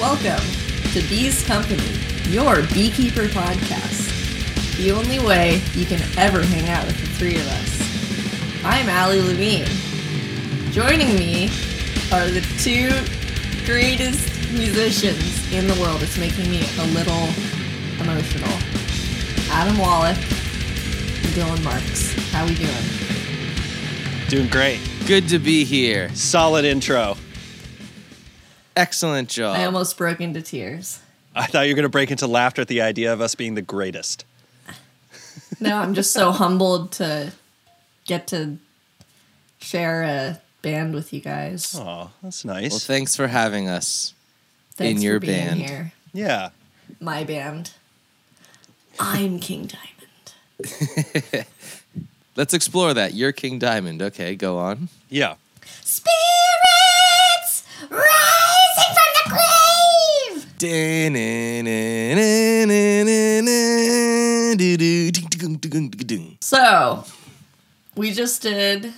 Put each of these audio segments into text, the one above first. Welcome to Bees Company, your beekeeper podcast. The only way you can ever hang out with the three of us. I'm Allie Levine. Joining me are the two greatest musicians in the world. It's making me a little emotional. Adam Wallach and Dylan Marks. How we doing? Doing great. Good to be here. Solid intro. Excellent job. I almost broke into tears. I thought you were going to break into laughter at the idea of us being the greatest. No, I'm just so humbled to get to share a band with you guys. Oh, that's well, nice. thanks for having us. Thanks in your for being band. here. yeah. My band. I'm King Diamond. Let's explore that. You're King Diamond. Okay, go on. Yeah. Spirits rising from the grave. Yes. So, we just did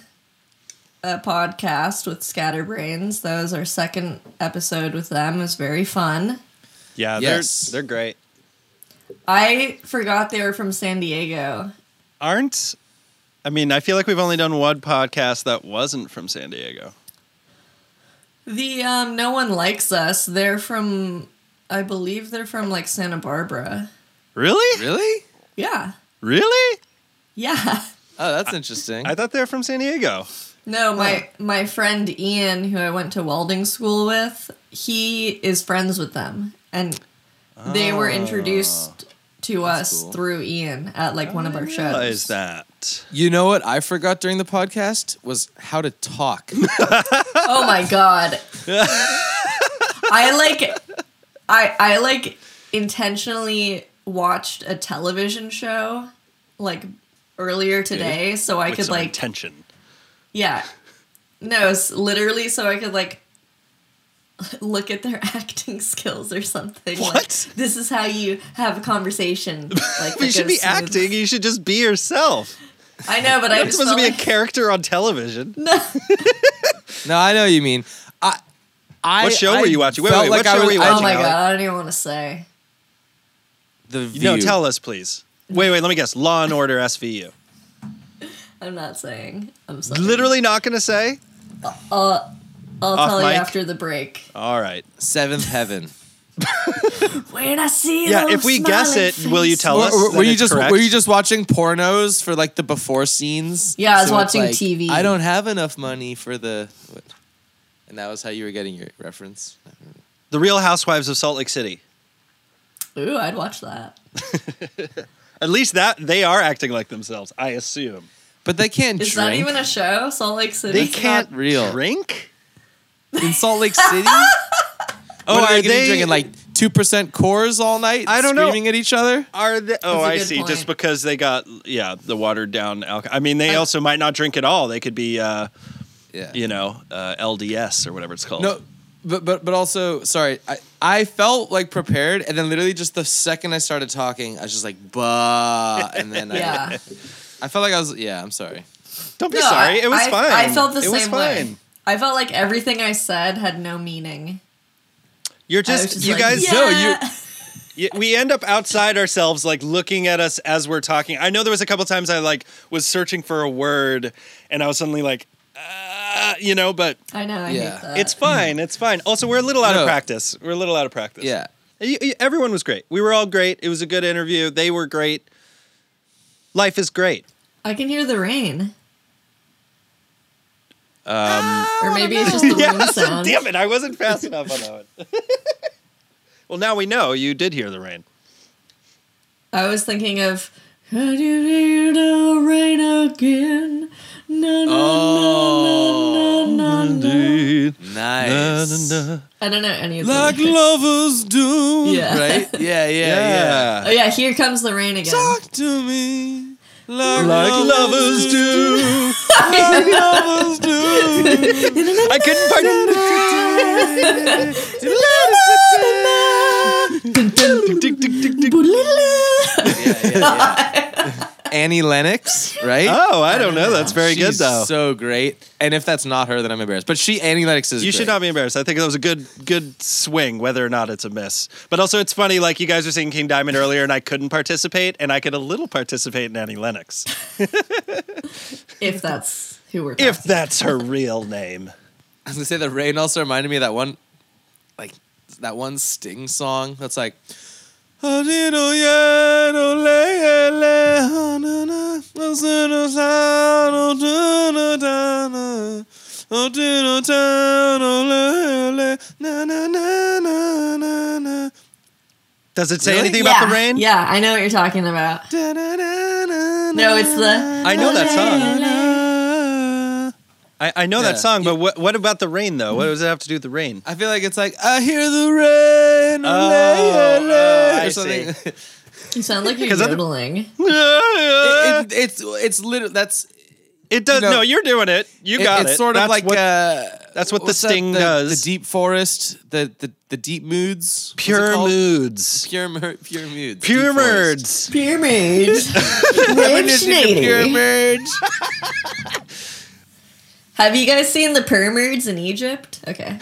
a podcast with Scatterbrains. That was our second episode with them. It was very fun. Yeah. Yes. They're, they're great. I forgot they were from San Diego. Aren't, I mean, I feel like we've only done one podcast that wasn't from San Diego. The um, no one likes us. They're from, I believe they're from like Santa Barbara. Really? Really? Yeah, Really? yeah. Oh, that's interesting. I thought they were from San Diego. No, my my friend Ian, who I went to welding school with, he is friends with them, and they were introduced to us cool. through Ian at like one of our Realize shows. that. You know what I forgot during the podcast was how to talk. Oh my god. I like I I like intentionally watched a television show like earlier today so I With could some like intention. yeah. No, s- literally so I could like look at their acting skills or something. like, What? this is how you have a conversation. Like You that should be goes smooth. acting. You should just be yourself. I know, but I You're not just supposed felt to be a like- character on television. no, I know what you mean. I, I What show I were you watching? Wait, felt wait, like what I show was- were you I- Oh watching? my Alec? god, I don't even want to say. The view. No, tell us, please. Wait, wait, let me guess. Law and Order SVU. I'm not saying. I'm sorry. Literally not going to say? I'll Off tell you mic. after the break. All right. Seventh Heaven. When I see Yeah, those if we guess smiling it, will you faces- tell Were- us? were, that were you it's just correct? were you just watching pornos for like the before scenes? Yeah, I was it's watching TV. I don't have enough money for the, what? and that was how you were getting your reference. The Real Housewives of Salt Lake City. Ooh, I'd watch that. At least that they are acting like themselves. I assume But they can't Is that drink even a show? Salt Lake City. they It's can't not real. drink. in Salt Lake City. oh, What are, are they, they- drinking like two percent cores all night? I don't know. Screaming at each other. Are they? Oh, That's a I good see. point. Just because they got yeah the watered down alcohol. I mean, they I- also might not drink at all. They could be uh, Yeah. you know uh, LDS or whatever it's called. No, but but but also sorry. I I felt like prepared, and then literally just the second I started talking, I was just like, bah, and then not- yeah. I, I felt like I was yeah. I'm sorry. don't be No, sorry. I- It was I, fine. I felt the it same was fine. way. I felt like everything I said had no meaning. You're I was just, just you like, guys. yeah. No, Y- we end up outside ourselves like looking at us as we're talking i know there was a couple times i like was searching for a word and i was suddenly like uh, you know but I know. I Yeah. hate that. it's fine it's fine also we're a little out No. of practice we're a little out of practice Yeah. Y- y- everyone was great we were all great it was a good interview they were great life is great I can hear the rain. Um, or maybe it's just the yeah wind sound. damn it i wasn't fast enough on that one well now we know you did hear the rain I was thinking of. Could you hear the rain again? No, no, no, no, no, no. Indeed. Nice. I don't know any of the Like lyrics. lovers do. Yeah. Right? Yeah, yeah, yeah. yeah. Oh yeah, here comes the rain again. Talk to me. Like, like lovers lovers do. do. Like lovers do. I couldn't find Boodle-a-la. it. yeah, yeah, yeah. Annie Lennox, right? Oh, I don't know. That's very good She's though. So great. And if that's not her, then I'm embarrassed. But she Annie Lennox is. you great. should not be embarrassed. I think that was a good good swing, whether or not it's a miss. But also, it's funny. Like you guys were saying King Diamond earlier, and I couldn't participate, and I could a little participate in Annie Lennox if that's who we're. if If that's her real name. I was gonna say the rain also reminded me of that one, like that one Sting song that's like. "A little yellow lady, oh, na, na, was in a town, oh, da, na, da, na, oh, did a town, oh, la, la, na, na, na, na, na, na, Does it say Really? anything yeah, about the rain? Yeah, I know what you're talking about. da, na, na, na, No, it's the- na, I know that song. I, I know Yeah. that song, but what what about the rain though? What does it have to do with the rain? I feel like it's like I hear the rain, oh, lay, oh, I or something. see. You sound like you're 'Cause other- yodeling. It, It- it's it's literally that's does. you know, no, you're doing it. You it- got it's it. sort of That's like what- uh, that's what the what's that- sting the- does. The deep forest, the the, the deep moods, What's it pure called? moods. pure mer- pure moods, Pure deep moods. forest. Pyramids. Rich Into Pure Nady. moods. Have you guys seen the pyramids in Egypt? Okay.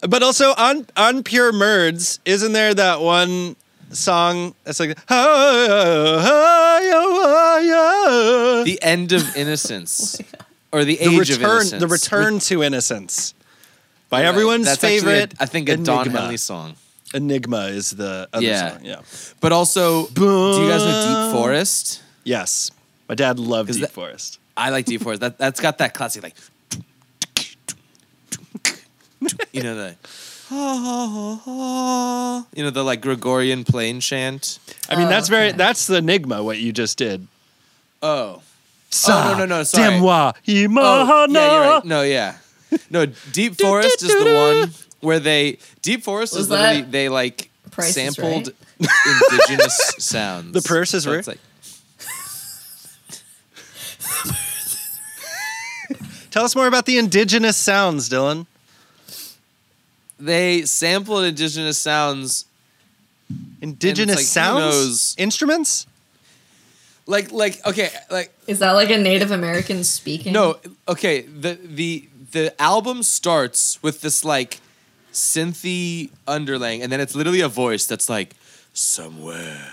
But also on on Pure Merds, isn't there that one song that's like the, the end of innocence, or the Oh, the age of return innocence, the return to innocence by Right. everyone's That's actually a- favorite. I think a Don Enigma. Henley song. Enigma is the other Yeah. song. Yeah. But also, do you guys know Deep Forest? Yes. My dad loved 'Cause Deep that- Forest. I like Deep Forest. That that's got that classic like, you know the, you know the like Gregorian plain chant. I mean, Oh, that's very okay. that's the Enigma what you just did. Ah, Oh, Oh, no, no, no, sorry. Demwa oh, imahana. yeah, you're right. No, yeah, no. Deep Forest is the one where they Deep Forest Was is literally that they like Price is sampled indigenous sounds. The Purse is So it's Right? like- Tell us more about the indigenous sounds, Dylan. they sampled indigenous sounds Indigenous like, who sounds? knows? Instruments? like like okay like Is that like a Native American speaking? No, okay. The the the album starts with this like synthy underlaying, and then it's literally a voice that's like somewhere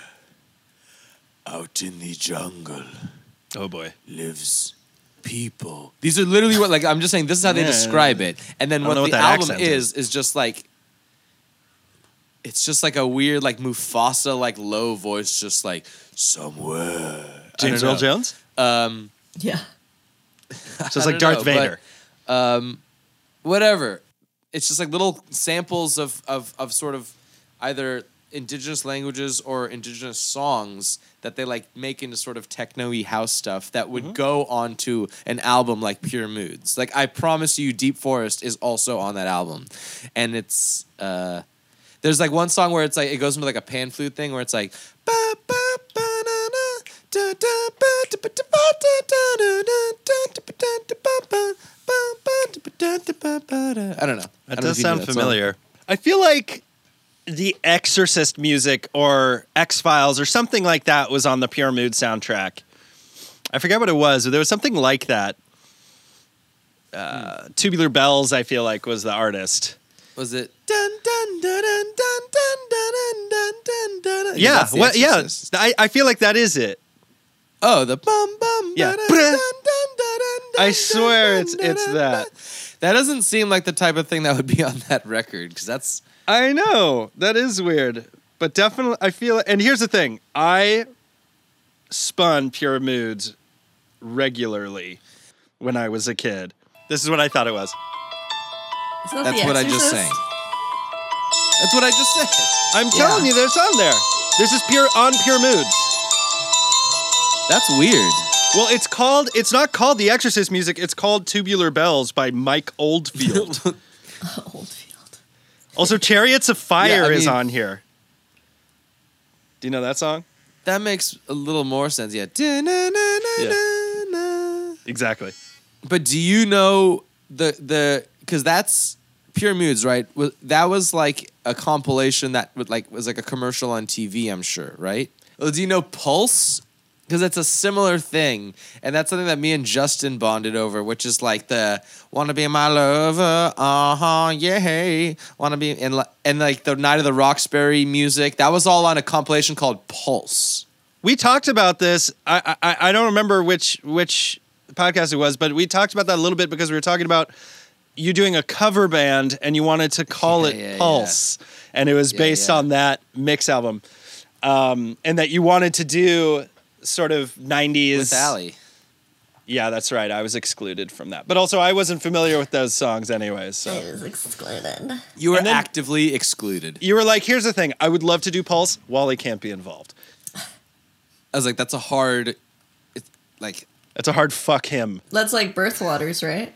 out in the jungle Oh boy. lives people. These are literally what like I'm just saying this is how they Yeah. describe it. And then I don't what the know what that album accent is is just like it's just like a weird like Mufasa like low voice just like somewhere. I James don't Earl know. Jones? Um Yeah. So it's I like don't Darth know, but- Vader. whatever. It's just like little samples of of of sort of either indigenous languages or indigenous songs that they like make into sort of techno-y house stuff that would go onto an album like Pure Moods. Like I promise you Deep Forest is also on that album. And it's uh there's like one song where it's like it goes into like a pan flute thing where it's like ba, ba, ba, na, na, da, da, ba, da, ba, da, ba, da, da, da, da, da, da, ba, da, da, ba, ba, ba, ba, da, ba, da, da, ba, ba, da. I don't know. I That don't know if does you know sound that song. familiar. I feel like the Exorcist music or X Files or something like that was on the Pure Mood soundtrack. I forget what it was, but there was something like that. Hmm. Uh, Tubular Bells, I feel like, was the artist. Was it? Dun, dun, dun, dun, dun, dun, dun, dun, dun, dun, dun. Yeah, That's The what? Yeah, Exorcist. I, I feel like that is it. Oh, the bum bum. Yeah. ba-da, Bra- dun, dun, dun, dun, I dun, swear dun, it's- dun, it's dun, that. dun. That doesn't seem like the type of thing that would be on that record because that's I know that is weird, but definitely I feel. And here's the thing: I spun Pure Moods regularly when I was a kid. This is what I thought it was. Is that That's The what I just Exorcist? sang. That's what I just said. I'm telling you, there's on there. This is pure on Pure Moods. That's weird. Well, it's called. It's not called The Exorcist music. It's called Tubular Bells by Mike Oldfield. Oldfield. also, Chariots of Fire Yeah, I is mean- on here. Do you know that song? That makes a little more sense. Yeah. Exactly. But do you know the the because that's Pure Moods, right? Wa- That was like a compilation that would like was like a commercial on TV. I'm sure, right? Well, do you know Pulse? because it's a similar thing, and that's something that me and Justin bonded over, which is like the "Wanna Be My Lover," uh huh, yeah, wanna be, and li- and like the Night of the Roxbury music. That was all on a compilation called Pulse. we talked about this. I, I I don't remember which which podcast it was, but we talked about that a little bit because we were talking about you doing a cover band and you wanted to call Yeah, it yeah, yeah. Pulse, and it was Yeah, based yeah. on that mix album, um, and that you wanted to do sort of '90s. With Allie. Yeah, that's right. I was excluded from that, but also I wasn't familiar with those songs anyway. So It was excluded. You were And then- actively excluded. you were like, "Here's the thing. I would love to do Pulse. Wally can't be involved. I was like, that's a hard, it's like, That's a hard fuck him." That's like birth waters, right?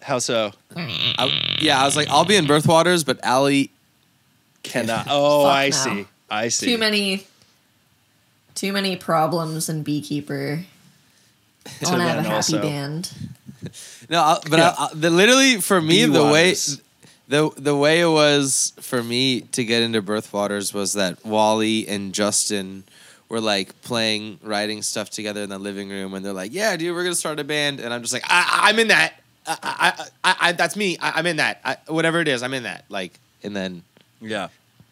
How so? I, yeah, I was like, I'll be in Birth Waters, but Allie Cannot. Oh, Fuck I no. see. I see. Too many, too many problems in Beekeeper. I want to have a then happy also- band. No, I, but Yeah. I, I, the, literally for me, the way Waters. the the way it was for me to get into Birth Waters was that Wally and Justin were like playing, writing stuff together in the living room, and they're like, "Yeah, dude, we're gonna start a band," and I'm just like, I, I- "I'm in that. I, I, I, I that's me. I, I'm in that. I, whatever it is, I'm in that." Like, and then Yeah.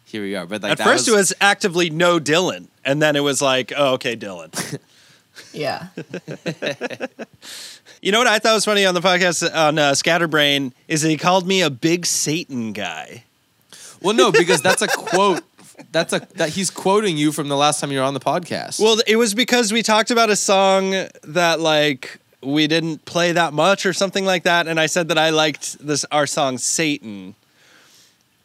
here we are. But like At that first, it was actively no Dylan, and then it was like, oh, okay, Dylan. Yeah. you know what I thought was funny on the podcast on uh, Scatterbrain is that he called me a big Satan guy. well, no, because that's a quote. That's a that he's quoting you from the last time you were on the podcast. Well, it was because we talked about a song that like we didn't play that much or something like that, and I said that I liked this our song Satan.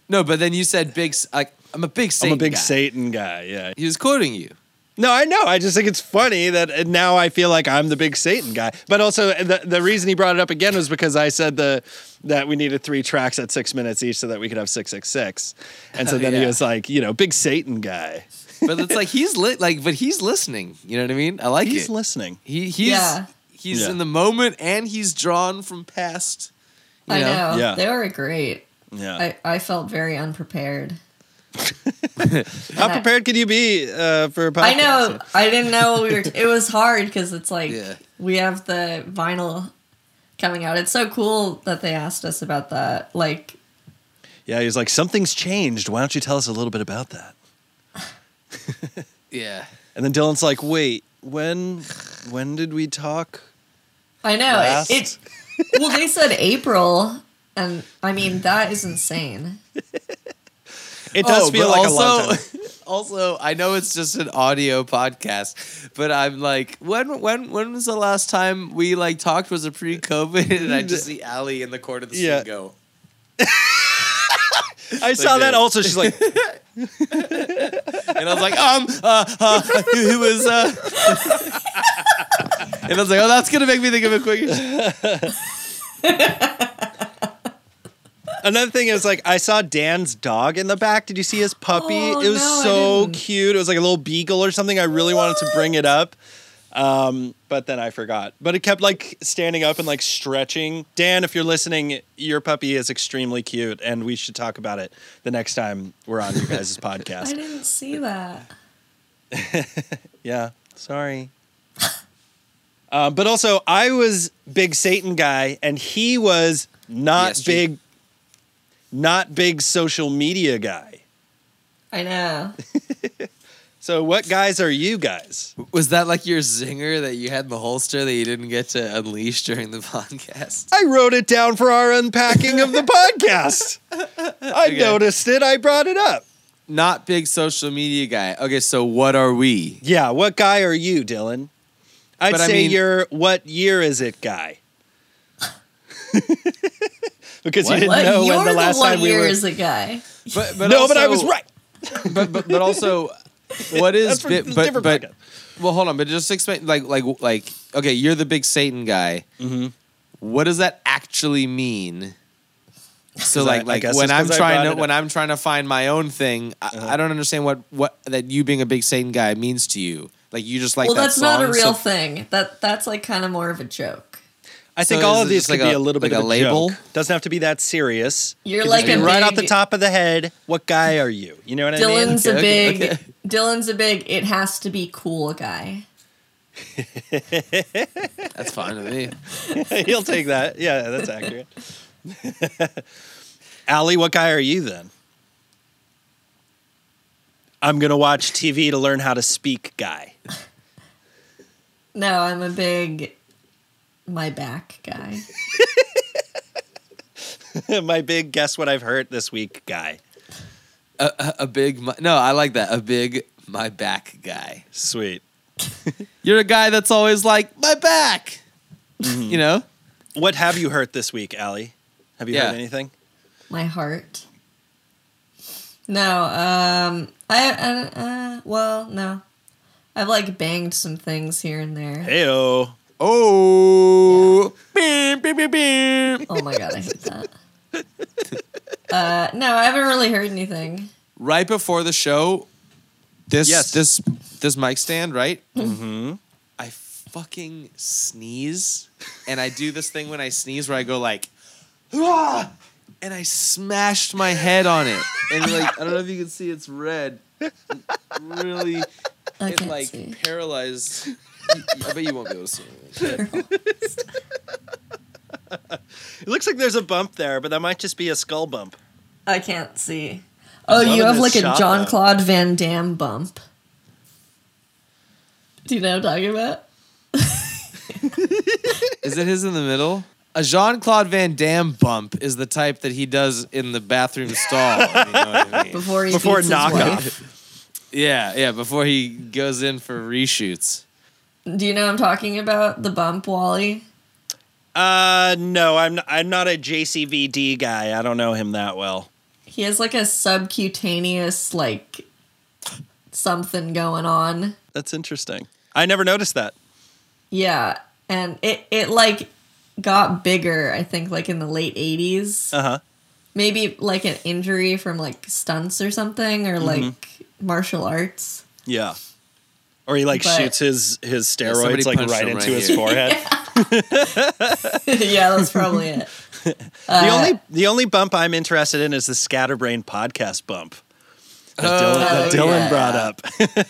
no, but then you said big. s- Like, I'm a big Satan. I'm a big guy. Satan guy. Yeah. He was quoting you. No, I know. I just think it's funny that uh, now I feel like I'm the big Satan guy. But also, uh, the, the reason he brought it up again was because I said the that we needed three tracks at six minutes each so that we could have six six six, and Uh, so then he Yeah. was like, you know, big Satan guy. But it's like he's lit like but he's listening. You know what I mean? I like He's it. listening. he he's Yeah. he's Yeah. in the moment and he's drawn from past. you I know. Yeah. They were great. Yeah. I, I felt very unprepared. How prepared could you be uh, for a podcast? I know. I didn't know what we were. it was hard because it's like Yeah. we have the vinyl coming out. It's so cool that they asked us about that. Like, Yeah, he was like, something's changed. Why don't you tell us a little bit about that? Yeah. And then Dylan's like, wait, when when did we talk? I know Last? it, it. Well, they said April, and I mean that is insane. It does feel Oh, but like a long time. also I know it's just an audio podcast, but I'm like, when when when was the last time we like talked? Was it pre-COVID? And I just see Allie in the corner of the Yeah. screen go. I saw that this. also. She's like, And I was like, um, uh, uh who was, uh, and I was like, oh, that's gonna make me think of a quick. Another thing is like I saw Dan's dog in the back. Did you see his puppy? Oh, it was no, I so didn't. cute. It was like a little beagle or something. I really wanted to bring it up. Um, but then I forgot. But it kept like standing up and like stretching. Dan, if you're listening, your puppy is extremely cute and we should talk about it the next time we're on you guys' I podcast. didn't see that. Yeah. Sorry. um, but also I was big Satan guy and he was not Yes, you- big not big social media guy. I know. So what guys are you guys? Was that like your zinger that you had in the holster that you didn't get to unleash during the podcast? I wrote it down for our unpacking of the podcast. I Okay. noticed it. I brought it up. Not big social media guy. Okay, so what are we? Yeah, what guy are you, Dylan? I'd But I say mean- you're what year is it guy? because What? you didn't What? know You're when the last one time we year were. is a guy. But, no, but I was also- right. But but, but also, what That's is for bi- this but different but podcast. well, hold on. But just explain like like like okay, you're the big Satan guy. What does that actually mean? So 'Cause I- like I like guess when it's I'm 'cause I trying brought to it when I'm trying to find my own thing, I, I don't understand what what that you being a big Satan guy means to you. Like you just like well, that that's not a song, so- real thing. That that's like kind of more of a joke. I think So all is of it these just could like be a- a little like bit a of a label? joke. Doesn't have to be that serious. You're Could like just be a right off big- the top of the head. What guy are you? You know what I mean? Dylan's a okay, big. okay. Dylan's a big. It has to be cool guy. That's fine with me. He'll take that. Yeah, that's accurate. Allie, what guy are you then? I'm gonna watch TV to learn how to speak, guy. No, I'm a big my back guy. My big guess what I've heard this week, guy. A, a big mi- no, I like that. A big my back guy. Sweet. You're a guy that's always like my back. You know. What have you heard this week, Allie? Have you Yeah. heard anything? My heart. No, um, I, I uh, well, no, I've like banged some things here and there. Heyo. Oh. Beep, beep, beep, beep. Oh my god, I hate that. Uh, no, I haven't really heard anything. Right before the show, this Yes. this this mic stand, right? Mm-hmm. I fucking sneeze, and I do this thing when I sneeze where I go like, "Ah!" and I smashed my head on it, and like I don't know if you can see, it's red. It really, I it can't like see. paralyzed. I bet you won't be able to see. Anything. It looks like there's a bump there, but that might just be a skull bump. I can't see. Oh, you loving have this like a shot, John though. Claude Van Damme bump. Do you know what I'm talking about? Is it his in the middle? A Jean Claude Van Damme bump is the type that he does in the bathroom stall. you know what I mean? Before he Before beats his knockoff. wife. Yeah, yeah, before he goes in for reshoots. Do you know what I'm talking about? The bump, Wally. Uh no, I'm not, I'm not a JCVD guy. I don't know him that well. He has like a subcutaneous like something going on. That's interesting. I never noticed that. Yeah, and it it like got bigger. I think like in the late '80s. Uh-huh. maybe like an injury from like stunts or something Mm-hmm. or like martial arts. Yeah. Or he like But- shoots his his somebody steroids like punched right him into right his here. forehead. yeah, that's probably it. The only the only bump I'm interested in is the Scatterbrain podcast bump that Dylan, that Oh, Dylan yeah. brought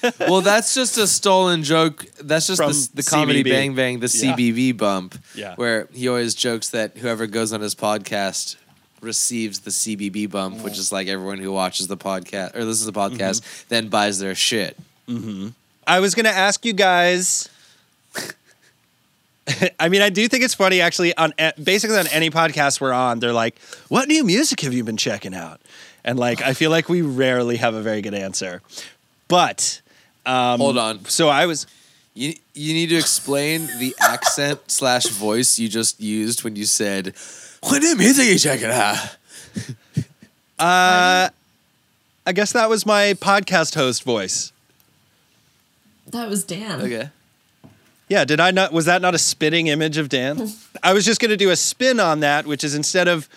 up. Well, that's just a stolen joke. That's just From the, the comedy CBB. Bang Bang, the Yeah. CBB bump, Yeah. where he always jokes that whoever goes on his podcast receives the CBB bump, which is like everyone who watches the podcast or listens to the Mm-hmm. podcast then buys their shit. I was gonna ask you guys. I mean, I do think it's funny actually. On a- basically on any podcast we're on, they're like, "What new music have you been checking out?" And like, I feel like we rarely have a very good answer. But Um, Hold on. so I was. You you need to explain the accent slash voice you just used when you said, "What do you mean you check it out?" Uh, I guess that was my podcast host voice. That was Dan. Okay. Yeah, did I not? Was that not a spitting image of Dan? I was just going to do a spin on that, which is instead of,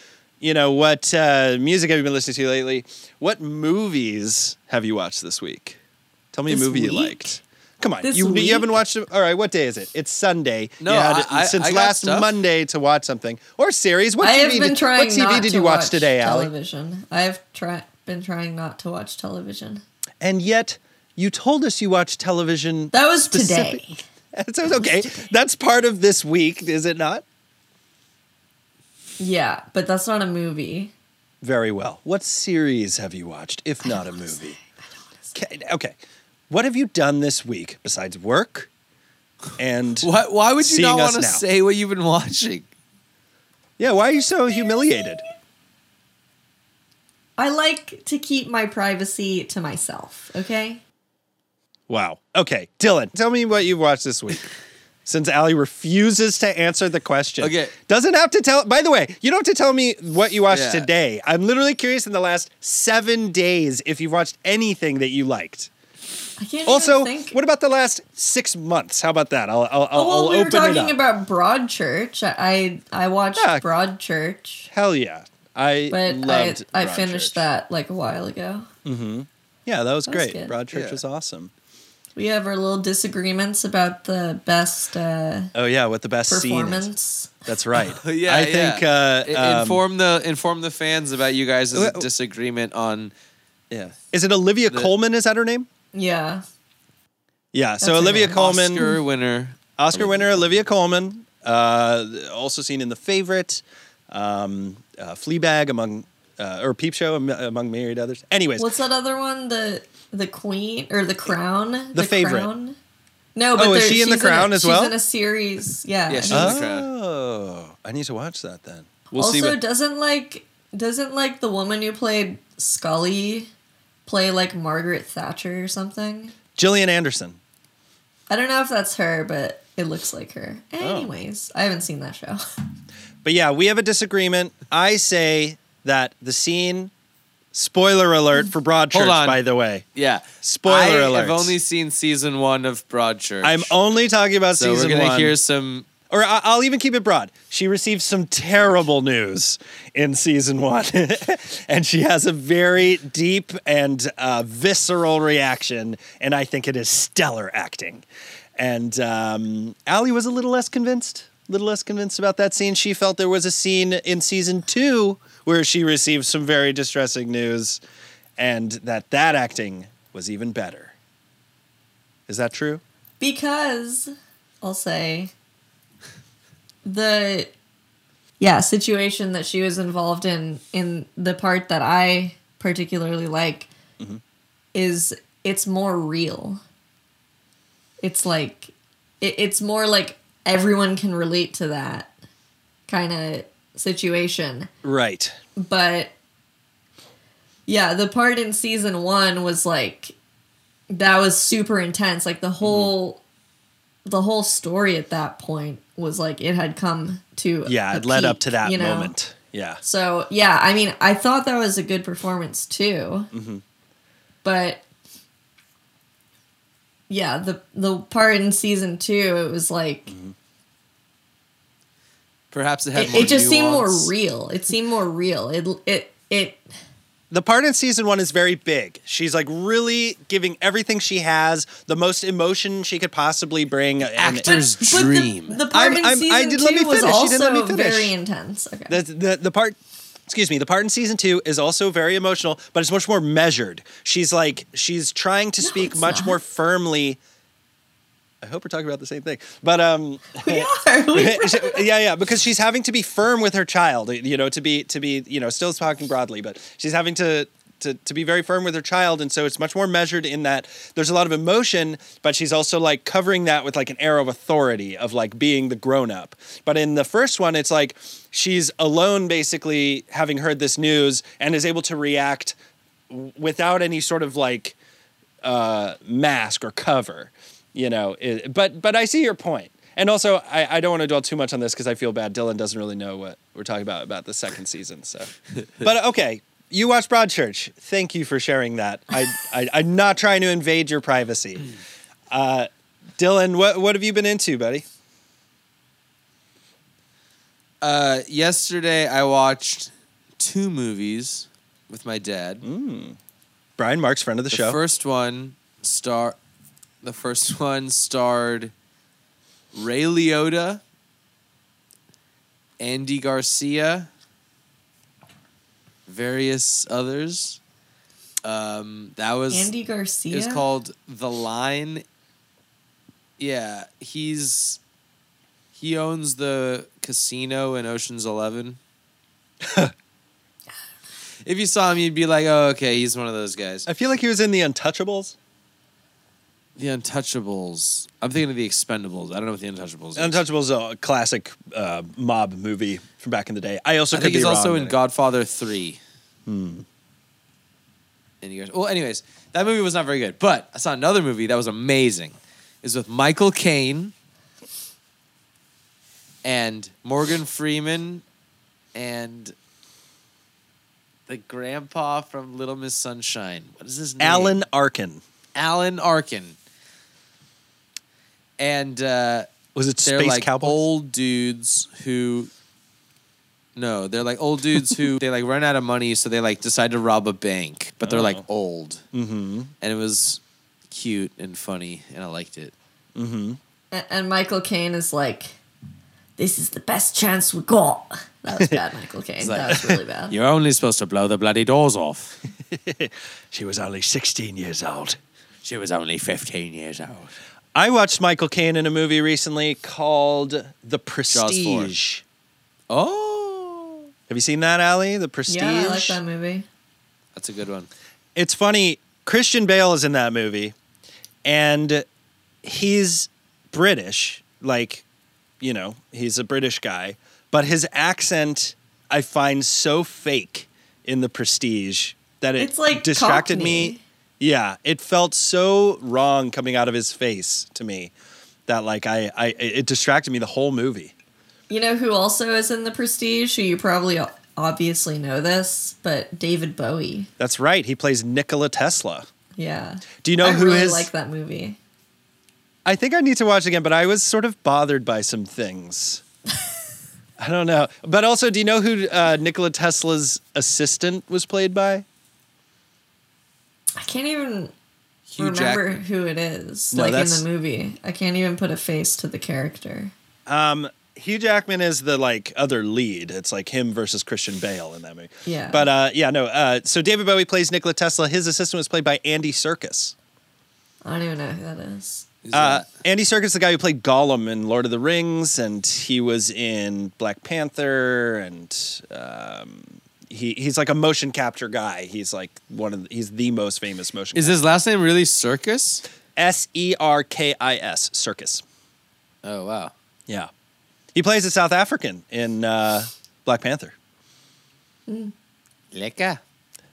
you know, what uh, music have you been listening to lately? What movies have you watched this week? Tell me This a movie you week? liked. Come on, This you, you haven't week? watched it. All right, what day is it? It's Sunday. No, you had I- it I- since I got last stuff. Monday to watch something or series. What I TV have did, been trying. What TV not did to you watch, today, Ali? television. I've tri- been trying not to watch television. And yet, you told us you watched television. That was Specific- today. so it's okay. That's part of this week, is it not? Yeah, but that's not a movie. Very well. What series have you watched, if not a movie? Okay, okay. What have you done this week besides work? And Why why would you Seeing not us want to now. say what you've been watching? yeah, why are you so humiliated? I like to keep my privacy to myself. Okay. Wow. Okay, Dylan, tell me what you've watched this week. Since Allie refuses to answer the question. Okay. Doesn't have to tell by the way, you don't have to tell me what you watched Yeah. today. I'm literally curious in the last seven days if you've watched anything that you liked. I can't. even Also, think. Oh, what about the last six months? How about that? I'll I'll, I'll, well, I'll we were open it up. talking about Broadchurch. I I I watched Yeah. Broadchurch. Hell yeah. I But loved I, I Broadchurch. finished that like a while ago. Yeah, that was was great. good. Broadchurch Yeah. was awesome. We have our little disagreements about the best uh, Oh yeah, with the best scene. is. performance. That's right. yeah, I think yeah. uh I- um, Uh, inform the inform the fans about you guys' Wh- wh- disagreement on yeah. Is it Olivia The- Coleman is that her name? Yeah. Yeah. So That's Olivia amazing. Coleman, Oscar winner. Oscar winner Olivia Coleman, uh, also seen in The Favorite, um, uh, Fleabag among, uh, or Peep Show am- among myriad others. Anyways, What's that other one? The the Queen or the Crown? The, Favorite. Crown? No, but Oh, is there- she in The she's Crown a- as well? She's in a series. Yeah. Yeah, she's in the crowd. oh, I need to watch that then. We'll also, see what doesn't like doesn't like the woman who played Scully play like Margaret Thatcher or something? Gillian Anderson. I don't know if that's her, but it looks like her. Oh. Anyways, I haven't seen that show. But yeah, we have a disagreement. I say that the scene, spoiler alert for Broadchurch, Hold on. by the way. Yeah. Spoiler I alert. have only seen season one of Broadchurch. I'm only talking about so season we're gonna one. hear some. or I- I'll even keep it broad. She received some terrible news in season one, and she has a very deep and uh, visceral reaction, and I think it is stellar acting. And um, Allie was a little less convinced, a little less convinced about that scene. She felt there was a scene in season two where she received some very distressing news, and that that acting was even better. Is that true? because I'll say the yeah situation that she was involved in in the part that I particularly like is it's more real. It's like it, it's more like everyone can relate to that kind of situation Right. but yeah, the part in season one was like that was super intense. Like Mm-hmm. the whole the whole story at that point was like it had come to Yeah, a it led up peak, to that you know? moment. Yeah. So yeah, I mean, I thought that was a good performance too, Mm-hmm. but yeah, the the part in season two, it was like Mm-hmm. Perhaps it had it, more. it just seemed more nuance. real. It seemed more real. It it it The part in season one is very big. She's like really giving everything she has, the most emotion she could possibly bring. and- Actors the- dream. The, part I'm- in I'm- season I did- let me two was finish. You didn't let also me finish. very intense. Okay. the, the the part excuse me the part in season two is also very emotional but it's much more measured she's like she's trying to speak it's much not. more firmly i hope we're talking about the same thing but um we are. We yeah, yeah, because she's having to be firm with her child, you know, to be to be, you know, still talking broadly, but she's having to to, to be very firm with her child and so it's much more measured in that there's a lot of emotion but she's also like covering that with like an air of authority of like being the grown up but in the first one it's like she's alone basically having heard this news and is able to react w- without any sort of like mask or cover, you know. It, but but I see your point, and also I, I don't want to dwell too much on this because I feel bad. Dylan doesn't really know what we're talking about about the second season. So, but okay, you watch Broadchurch. Thank you for sharing that. I, I I'm not trying to invade your privacy. Uh, Dylan, what what have you been into, buddy? Uh, yesterday, I watched two movies with my dad. Brian Marks, friend of the, the show. first one star, the first one starred Ray Liotta, Andy Garcia, various others. Um, that was Andy Garcia. It's called The Line. Yeah, he's he owns the casino in Ocean's Eleven. if you saw him, you'd be like, "Oh, okay, he's one of those guys." I feel like he was in the Untouchables. The Untouchables. I'm thinking of the Expendables. I don't know what the Untouchables. Is. Untouchables is a classic uh, mob movie from back in the day. I also I could think be he's wrong. also in it. Godfather Three. Hmm. And you guys, well, anyways, that movie was not very good. But I saw another movie that was amazing. Is with Michael Caine and Morgan Freeman and the grandpa from Little Miss Sunshine. What is his name? Alan Arkin. Alan Arkin. And uh, Was it they're Space like Cowboys? old dudes who no they're like old dudes who they like run out of money so they like decide to rob a bank but they're like Oh. old Mm-hmm. and it was cute and funny and i liked it Mm-hmm. A- and Michael Caine is like, this is the best chance we got. That was bad, Michael Caine. like- that was really bad. you're only supposed to blow the bloody doors off She was only 16 years old. She was only 15 years old. I watched Michael Caine in a movie recently called The Prestige. Oh, Have you seen that, Allie? The Prestige. Yeah, I like that movie. that's a good one. it's funny. Christian Bale is in that movie, and he's British. Like, you know, he's a British guy, but his accent I find so fake in The Prestige that it It's like distracted me. Cockney. Yeah, it felt so wrong coming out of his face to me that like I, I it distracted me the whole movie. You know who also is in The Prestige? Who you probably o- obviously know this, but David Bowie. That's right. He plays Nikola Tesla. Yeah. Do you know I who really his like that movie. I think I need to watch again, but I was sort of bothered by some things. I don't know. But also, do you know who uh, Nikola Tesla's assistant was played by? I can't even Hugh Jack- remember who it is. No, like that's- in the movie, I can't even put a face to the character. Um, Hugh Jackman is the like other lead. It's like him versus Christian Bale in that movie. Yeah. But uh, yeah, no. Uh, so David Bowie plays Nikola Tesla. His assistant was played by Andy Serkis. I don't even know who that is. Is Uh, that- Andy Serkis, the guy who played Gollum in Lord of the Rings, and he was in Black Panther, and um, he he's like a motion capture guy. He's like one of the, he's the most famous motion. is his last name really Circus? S E R K I S Circus? Oh wow. Yeah, he plays a South African in uh, Black Panther. Lecker.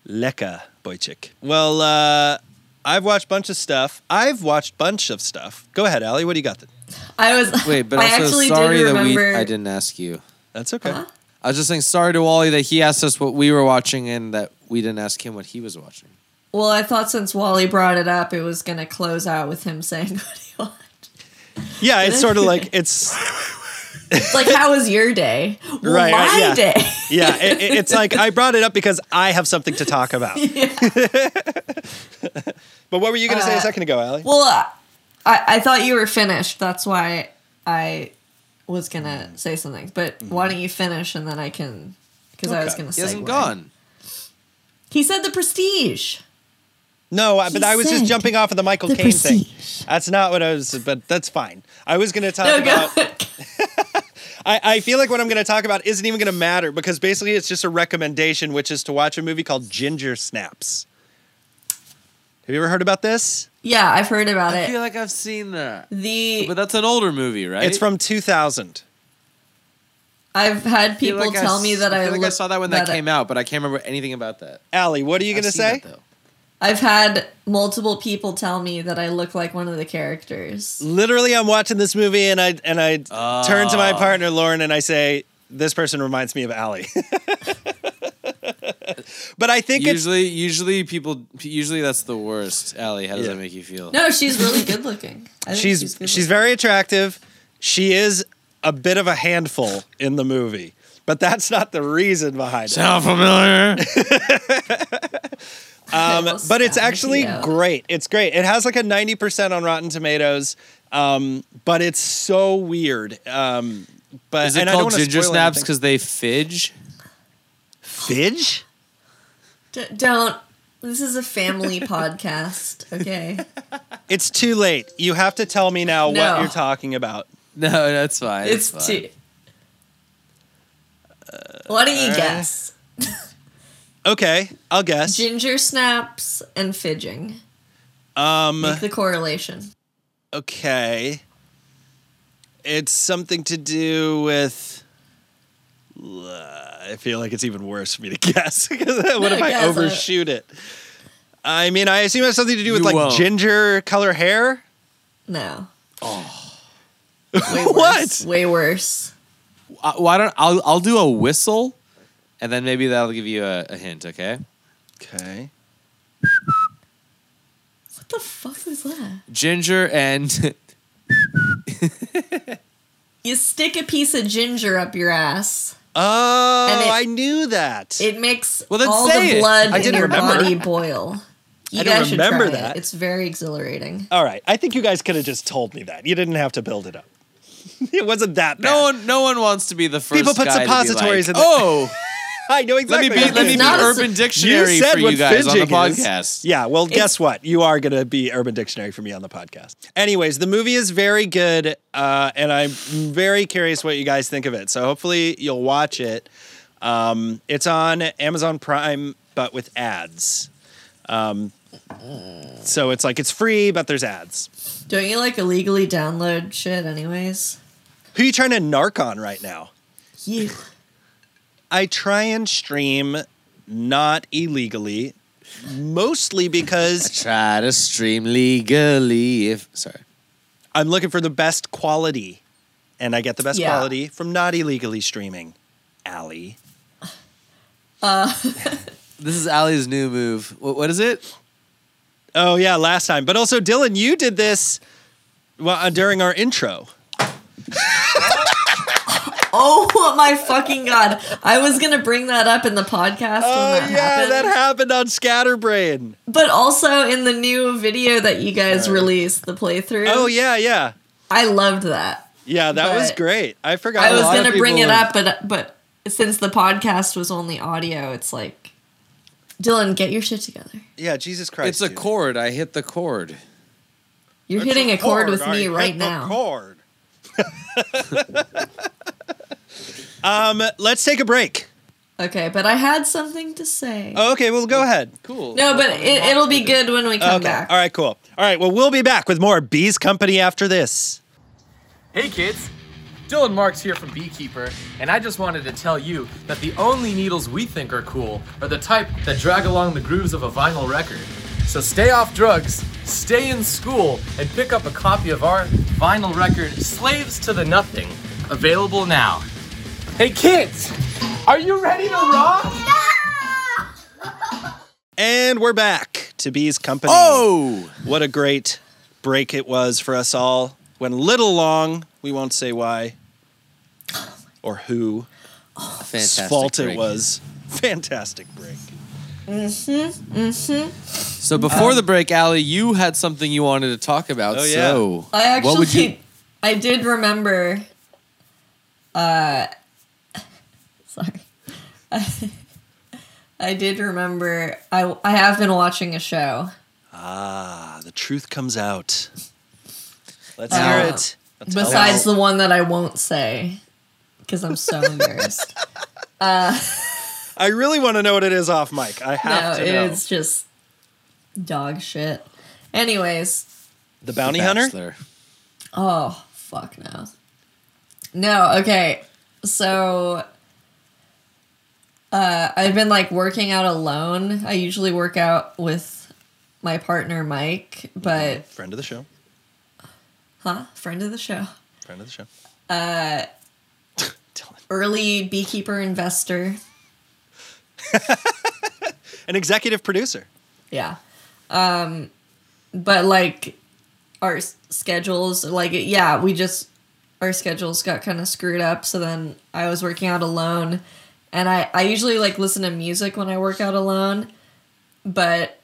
Leka Boychik. Well, uh, I've watched bunch of stuff. I've watched bunch of stuff. Go ahead, Ali. What do you got? Then? I was Wait, but I also actually sorry did that we remember I didn't ask you. That's okay. Huh? I was just saying sorry to Wally that he asked us what we were watching and that we didn't ask him what he was watching. Well, I thought since Wally brought it up, it was going to close out with him saying what he watched. Yeah, it's sort of like it's Like, how was your day? Well, Right, my right, yeah. day. Yeah, it, it- it's like I brought it up because I have something to talk about. but what were you going to say a Uh, second ago, Allie? Well, uh, I, I thought you were finished. That's why I was going to say something. But Mm-hmm. why don't you finish and then I can. Because I was Okay. going to say. He hasn't gone. He said the prestige. no, I- but he I was just said jumping off of the Michael the Caine thing. prestige. That's not what I was, but that's fine. I was going to talk No, go. about. I, I feel like what I'm going to talk about isn't even going to matter because basically it's just a recommendation, which is to watch a movie called Ginger Snaps. Have you ever heard about this? yeah, I've heard about I it. feel like I've seen that. the But that's an older movie, right? It's from 2000. I've had I feel people like I tell s- me that I, feel like I looked saw that when that came out, but I can't remember anything about that. Allie, what are you I've going to seen that, say? though. I've had multiple people tell me that I look like one of the characters. literally I'm watching this movie and I and I Ah. turn to my partner Lauren and I say, This person reminds me of Allie. but I think it's Usually, usually people, usually that's the worst. Allie, how does Yeah. that make you feel? No, she's really good looking. I think she's good she's looking. very attractive. She is a bit of a handful in the movie. But that's not the reason behind it. Sound familiar? Um, Little but it's stab actually you. great. It's great. It has like a 90% on Rotten Tomatoes. Um, but it's so weird. Um, but Is it and I don't called wanna ginger spoil snaps anything. because they fidge? Fidge? D- don't. This is a family podcast, okay? It's too late. You have to tell me now No. what you're talking about. No, that's fine. It's fine. too. What do you alright. guess? Okay, I'll guess. Ginger snaps and fidging. Um Make the correlation. okay. It's something to do with I feel like it's even worse for me to guess because what if guess I it. overshoot it? I mean, I assume it has something to do with You like won't. ginger color hair. No. what? Way worse. Uh, why don't I'll I'll do a whistle, and then maybe that'll give you a, a hint. Okay. Okay. What the fuck was that? Ginger and You stick a piece of ginger up your ass. Oh, And it- I knew that. It makes Well, then all say the it. blood I in didn't your remember. body boil. You I didn't guys should remember try that. It. It's very exhilarating. All right. I think you guys could have just told me that. You didn't have to build it up. it wasn't that bad. no one no one wants to be the first. People put guy to be suppositories like, in the- Oh, I know Let me exactly. be what let me it be It's is. not a- Urban Dictionary for you guys on the fidging is. podcast. Yeah, well, It's- guess what? You are going to be Urban Dictionary for me on the podcast. Anyways, the movie is very good, uh, and I'm very curious what you guys think of it. So hopefully you'll watch it. Um, it's on Amazon Prime, but with ads. Um, so it's like it's free, but there's ads. Don't you like illegally download shit, anyways? Who you trying to narc on right now? You. I try and stream not illegally, mostly because Try to stream legally if sorry. I'm looking for the best quality, and I get the best Yeah. quality from not illegally streaming. Allie. This is Ali's new move. What, what is it? Oh yeah, last time. But also, Dylan, you did this well, uh, during our intro. Oh my fucking god! I was gonna bring that up in the podcast. Oh when that yeah, happened. that happened on Scatterbrain. But also in the new video that you guys released, the playthrough. Oh yeah, yeah, I loved that. yeah. That was But great. I forgot. I was a lot of gonna bring it people- up, but but since the podcast was only audio, it's like, Dylan, get your shit together. Yeah, Jesus Christ. it's a dude. chord. I hit the chord. You're It's hitting a chord with I me hit right the now. chord. um, let's take a break. Okay, but I had something to say. Oh, okay, well, go ahead. Cool. No, but it, it'll be good when we come Okay. back. All right, cool. All right, well, we'll be back with more Bees Company after this. Hey kids, Dylan Marks here from Beekeeper, and I just wanted to tell you that the only needles we think are cool are the type that drag along the grooves of a vinyl record. So stay off drugs, stay in school, and pick up a copy of our vinyl record, Slaves to the Nothing, available now. Hey kids, are you ready to rock? And we're back to Bees Company. Oh, What a great break it was for us all. Went a little long. We won't say why or whose fantastic! fault it was. Fantastic break. So before the break, Ali, you had something you wanted to talk about. Um, Oh, yeah. So I actually, what would you? I did remember. Uh, sorry, I did remember. I I have been watching a show. Ah, the truth comes out. Let's Uh, hear it. Besides the one that I won't say, because I'm so embarrassed. I really want to know what it is off mic. I have no, to know. it's just dog shit. Anyways, the Bounty Hunter? Bachelor. Oh, fuck no. No, okay. So uh I've been like working out alone. I usually work out with my partner Mike, but Friend of the show. huh, friend of the show. Friend of the show. Uh, Dylan. Early beekeeper investor. An executive producer. Yeah. Um but like our s- schedules like yeah, we just our schedules got kind of screwed up so then I was working out alone and I I usually like listen to music when I work out alone but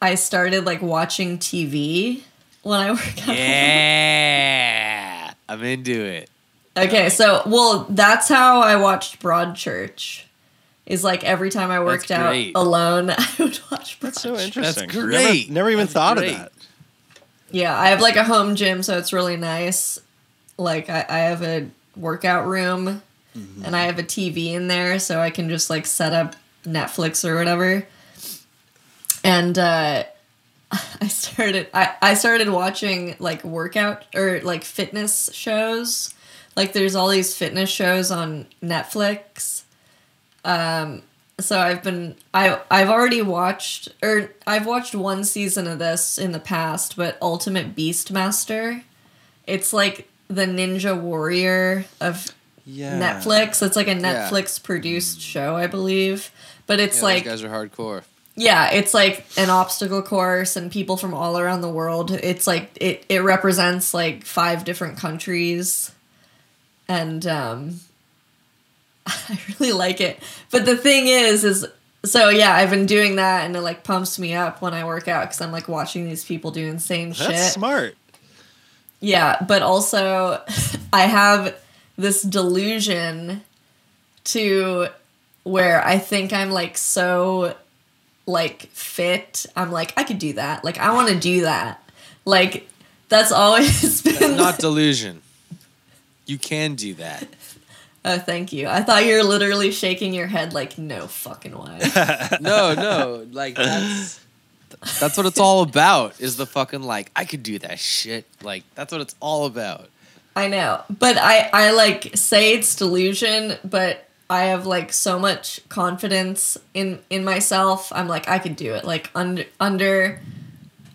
I started like watching TV when I work out. Yeah, I'm into it. Okay, so well that's how I watched Broadchurch. Is like every time I worked out great. alone, I would watch Broadchurch. So interesting. That's great. Never, never even That's thought great. of that. Yeah, I have like a home gym, so it's really nice. Like I, I have a workout room and I have a TV in there so I can just like set up Netflix or whatever. And uh I started I, I started watching like workout or like fitness shows. Like there's all these fitness shows on Netflix. Um so I've been I I've already watched or I've watched one season of this in the past, but Ultimate Beastmaster. It's like the ninja warrior of Yeah. Netflix. It's like a Netflix produced show, I believe. But it's Yeah, like those guys are hardcore. yeah, it's like an obstacle course and people from all around the world. It's like it it represents like five different countries. And um I really like it. But the thing is is so yeah, I've been doing that and it like pumps me up when I work out cuz I'm like watching these people do insane That's shit. smart. Yeah, but also I have this delusion to where I think I'm like so like fit. I'm like I could do that. Like I want to do that. Like that's always been Not delusion. You can do that. Oh, thank you. I thought you were literally shaking your head like no fucking way. No, no, like that's that's what it's all about. Is the fucking like I could do that shit. Like that's what it's all about. I know. But I I like say it's delusion, but I have like so much confidence in in myself. I'm like I could do it. Like under under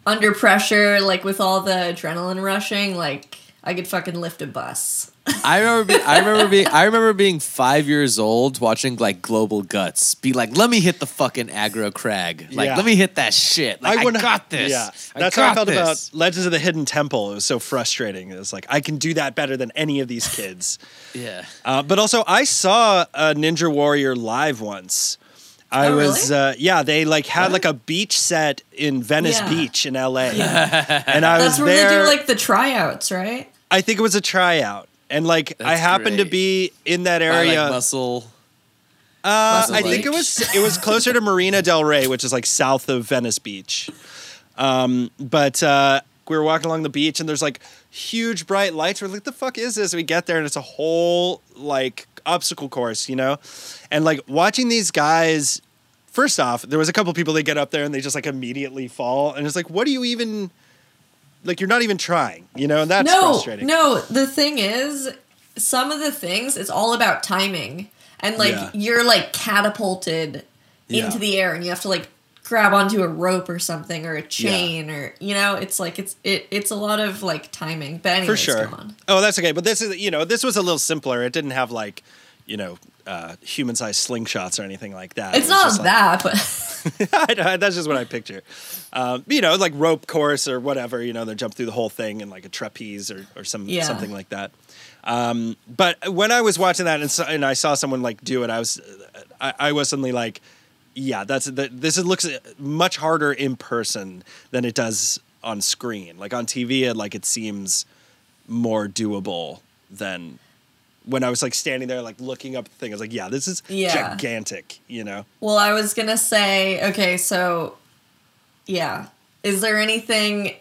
under pressure, like with all the adrenaline rushing, like I could fucking lift a bus. I remember, being, I remember being, I remember being five years old watching like Global Guts. Be like, let me hit the fucking aggro crag. Like, Yeah. let me hit that shit. Like, I, wouldn't- got this. Yeah, I that's how I got felt this. about Legends of the Hidden Temple. It was so frustrating. It was like I can do that better than any of these kids. Yeah. Uh, but also, I saw a Ninja Warrior live once. I Oh, was, really? uh, yeah, they like had like a beach set in Venice Yeah. Beach in LA, and I That's was where they there. do like the tryouts, right? I think it was a tryout, and like I That's happened to great. be in that I like area. muscle. Uh, Muscle I think Beach. it was it was closer to Marina Del Rey, which is like south of Venice Beach. Um, but uh, we were walking along the beach, and there's like huge bright lights. We're like, "The fuck is this?" We get there, and it's a whole like obstacle course, you know, and like watching these guys. First off, there was a couple people they get up there and they just like immediately fall, and it's like, what do you even? Like you're not even trying, you know, and that's no, frustrating. no. The thing is, some of the things it's all about timing, and like Yeah. you're like catapulted Yeah. into the air, and you have to like grab onto a rope or something or a chain or you know, it's like it's it it's a lot of like timing. But anyways, for sure. come on. Oh, that's okay. But this is you know this was a little simpler. It didn't have like you know uh, human sized slingshots or anything like that. It's It was not just like- that, but I know, that's just what I picture. Um, you know, like rope course or whatever. You know, they jump through the whole thing in like a trapeze or or some Yeah. something like that. Um, but when I was watching that and, so, and I saw someone like do it, I was I, I was suddenly like, yeah, that's that, this is- looks uh, much harder in person than it does on screen. Like on TV, it, like it seems more doable than when I was like standing there like looking up the thing. I was like, yeah, this is Yeah. gigantic. You know. well, I was gonna say, okay, so yeah, is there anything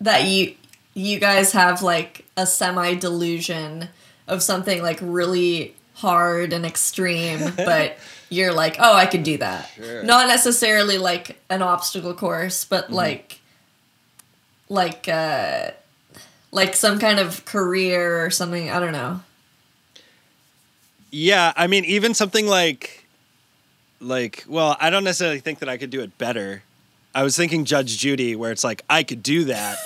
that you you guys have like a semi delusion of something like really hard and extreme, but you're like, oh, I could do that. Not necessarily like an obstacle course, but like like uh like some kind of career or something. I don't know. Yeah, I mean, even something like, like, well, I don't necessarily think that I could do it better. I was thinking Judge Judy, where it's like I could do that.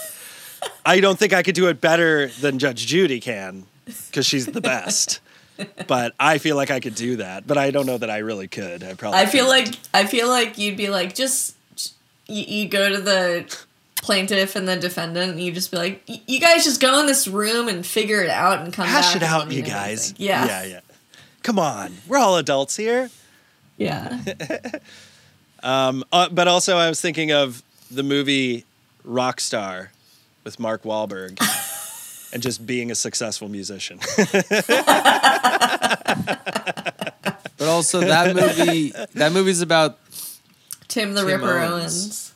I don't think I could do it better than Judge Judy can, because she's the best. but I feel like I could do that, but I don't know that I really could. I probably. I feel couldn't. like I feel like you'd be like just you, you go to the plaintiff and the defendant and you just be like "Y- you guys just go in this room and figure it out and come hash back it and let out, me you know guys. everything." Yeah. yeah, yeah. Come on, we're all adults here. Yeah. Uh, but also, I was thinking of the movie Rockstar with Mark Wahlberg and just being a successful musician. But also that movie. that movie's about Tim the Tim Ripper Owens. Owens.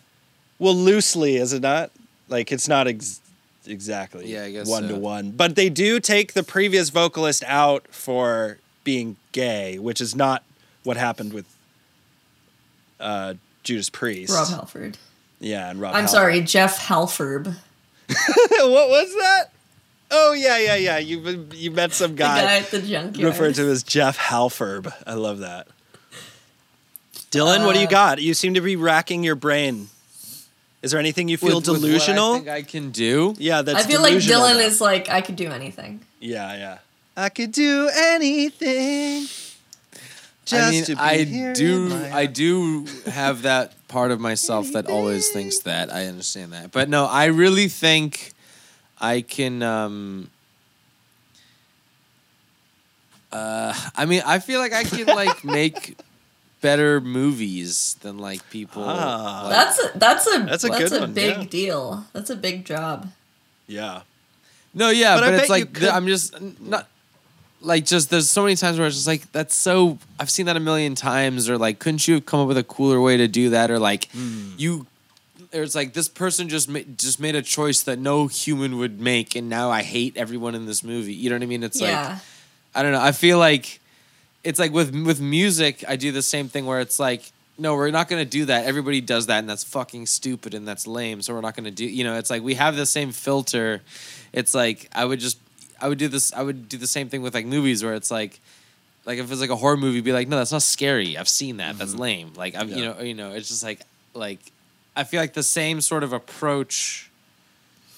well, loosely, is it not? Like, it's not ex- exactly Yeah, I guess one to so. one. But they do take the previous vocalist out for being gay, which is not what happened with uh, Judas Priest. Rob Halford. yeah, and Rob. I'm Halford. sorry, Jeff Halford. what was that? Oh yeah, yeah, yeah. You you met some The guy. guy at the junkyard. referred to as Jeff Halferb. I love that. Dylan, what do Uh, you got? You seem to be racking your brain. Is there anything you feel with- with what delusional? I think I can do. yeah, that's. I feel like delusional Dylan though. is like I could do anything. Yeah, yeah. I could do anything. Just I mean, to be I here in do, my- I do have that part of myself that always thinks that. I understand that, but no, I really think I can. Um, uh, I mean, I feel like I can like make better movies than like people. Ah. like- That's a, that's a That's a good one, big yeah. deal. That's a big job. Yeah. no, yeah, But I but, bet it's you like th- could- I'm just n- not. like just there's so many times where it's just like that's so I've seen that a million times or like couldn't you have come up with a cooler way to do that or like Hmm. you or it's like this person just ma- just made a choice that no human would make and now I hate everyone in this movie. You know what I mean? It's yeah. like I don't know. I feel like it's like with with music, I do the same thing where it's like, no, we're not gonna do that. Everybody does that, and that's fucking stupid and that's lame. So we're not gonna do. You know, it's like we have the same filter. It's like I would just, I would do this. I would do the same thing with like movies where it's like, like if it's like a horror movie, be like, no, that's not scary. I've seen that. That's lame. Like I've, you know, you know, it's just like, like, I feel like the same sort of approach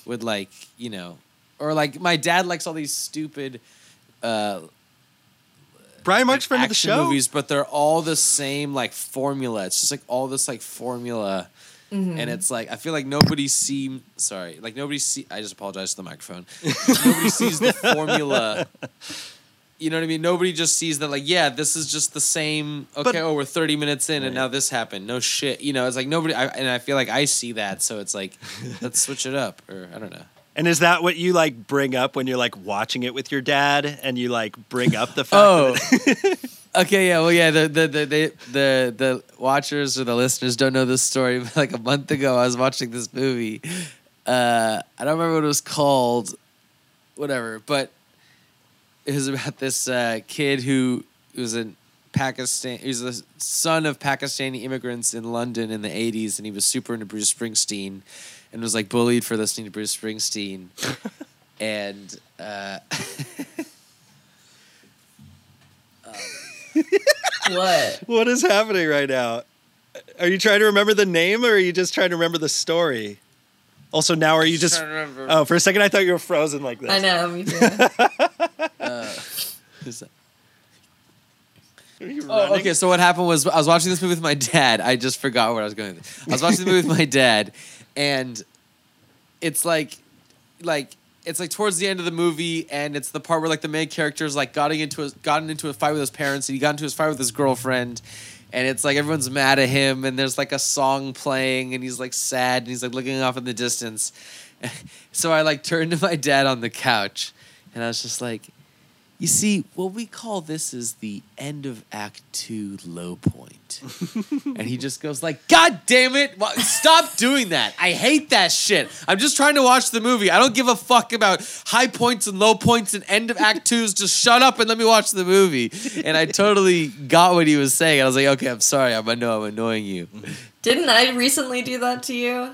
would like, you know, or like my dad likes all these stupid. Uh, Brian Mark's friend of the action show. movies, but they're all the same like formula. It's just like all this like formula, and it's like I feel like nobody seem sorry, like nobody see. I just apologize to the microphone. nobody sees the formula. You know what I mean? Nobody just sees that like yeah, this is just the same. Okay, But- oh, we're thirty minutes in, and now this happened. No shit, you know. It's like nobody, I, and I feel like I see that, so it's like let's switch it up, or I don't know. And is that what you like bring up when you're like watching it with your dad and you like bring up the fact Oh. that okay, yeah, well, yeah, the the the the the, the watchers or the listeners don't know this story, but like a month ago, I was watching this movie. Uh, I don't remember what it was called, whatever, but it was about this uh, kid who was in Pakistan. He was the son of Pakistani immigrants in London in the '80s, and he was super into Bruce Springsteen, and was like bullied for listening to Bruce Springsteen, and. Uh, What? what is happening right now? Are you trying to remember the name or are you just trying to remember the story? Also, now are you just. trying to remember. Oh, for a second I thought you were frozen like this. I know. Me too. who's that? Are you Oh, running? okay. So what happened was I was watching this movie with my dad. I just forgot where I was going. With this. I was watching the movie with my dad, and it's like, like it's like towards the end of the movie, and it's the part where like the main character's like gotten into a, gotten into a fight with his parents, and he got into his fight with his girlfriend, and it's like everyone's mad at him, and there's like a song playing, and he's like sad, and he's like looking off in the distance. so I like turned to my dad on the couch, and I was just like. You see, what we call this is the end of Act Two low point. and he just goes like, God damn it, wha- stop doing that. I hate that shit. I'm just trying to watch the movie. I don't give a fuck about high points and low points and end of Act Twos. Just shut up and let me watch the movie. And I totally got what he was saying. I was like, okay, I'm sorry. I'm, I know I'm annoying you. Didn't I recently do that to you?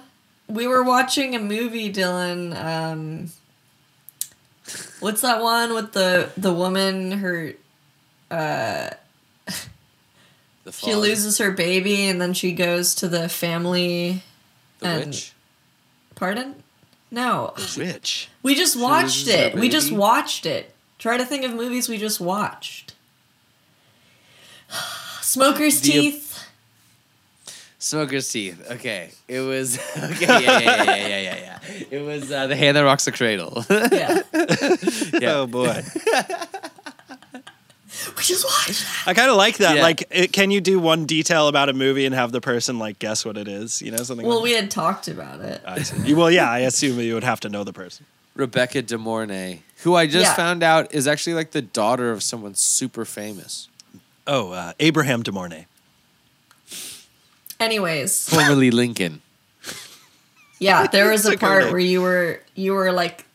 We were watching a movie, Dylan. Um, what's that one with the the woman? Her The she Fog, loses her baby, and then she goes to the family. the and- witch. Pardon? No, Switch. we just watched loses her it. We just baby? watched it. Try to think of movies we just watched. Smoker's The- Teeth. Smoker's Teeth. Okay, it was okay. Yeah, yeah, yeah, yeah, yeah, yeah. yeah. It was uh, the hand that rocks the cradle. yeah, we Yeah. Oh, boy. just watched. That. I kind of like that. Yeah. Like, it, can you do one detail about a movie and have the person like guess what it is? You know, something Well, like we had talked about it. I see. You- well, yeah, I assume you would have to know the person. Rebecca De Mornay, who I just Yeah. found out is actually like the daughter of someone super famous, Oh, uh, Abraham De Mornay. Anyways. formerly Lincoln. Yeah, there was a Took her part name. where you were you were like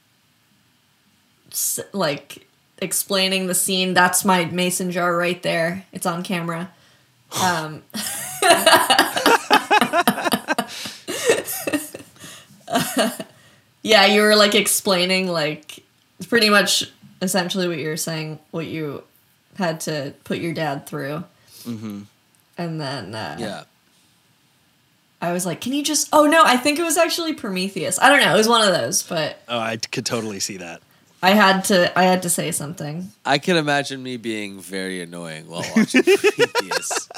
s- like explaining the scene. That's my mason jar right there. It's on camera. Um Yeah, you were like explaining like pretty much essentially what you were saying, what you had to put your dad through. And then uh Yeah, I was like, can you just? Oh no, I think it was actually Prometheus. I don't know. It was one of those, but Oh, I could totally see that. I had to. I had to say something. I can imagine me being very annoying while watching Prometheus.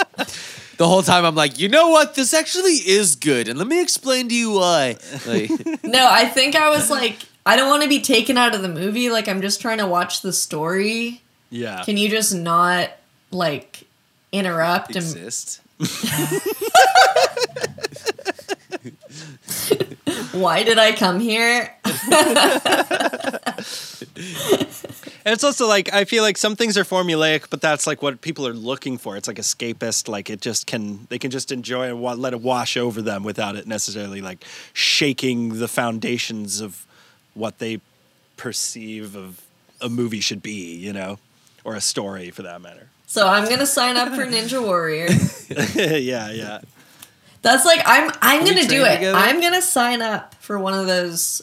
The whole time I'm like, you know what? This actually is good, and let me explain to you why. Like, No, I think I was like, I don't want to be taken out of the movie. Like I'm just trying to watch the story. Yeah. Can you just not like interrupt and exist. why did I come here? And it's also like I feel like some things are formulaic, but that's like what people are looking for. It's like escapist, like it just can they can just enjoy and wa- let it wash over them without it necessarily like shaking the foundations of what they perceive of a movie should be, you know, or a story for that matter. So I'm gonna sign up for Ninja Warrior. yeah, yeah. That's like I'm I'm we gonna do train it. together? I'm gonna sign up for one of those.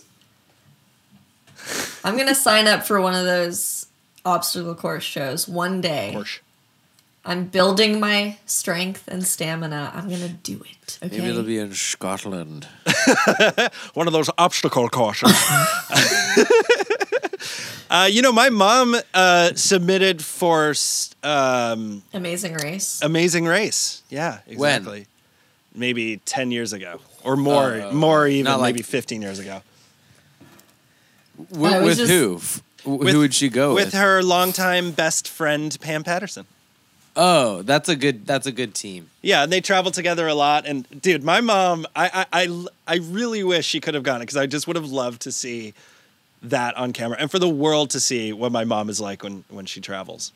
I'm gonna sign up for one of those obstacle course shows one day. Porsche. I'm building my strength and stamina. I'm gonna do it. Okay. Maybe it'll be in Scotland. one of those obstacle courses. uh, you know, my mom uh, submitted for s- um, Amazing race. Uh, Amazing Race. Yeah, When? exactly. Maybe ten years ago, or more, Oh, more even not like- maybe fifteen years ago. With, I was with just- who? F- who would she go with? With her longtime best friend Pam Patterson. Oh, that's a good. That's a good team. Yeah, and they travel together a lot. And dude, my mom, I I, I, I really wish she could have gone because I just would have loved to see that on camera and for the world to see what my mom is like when when she travels.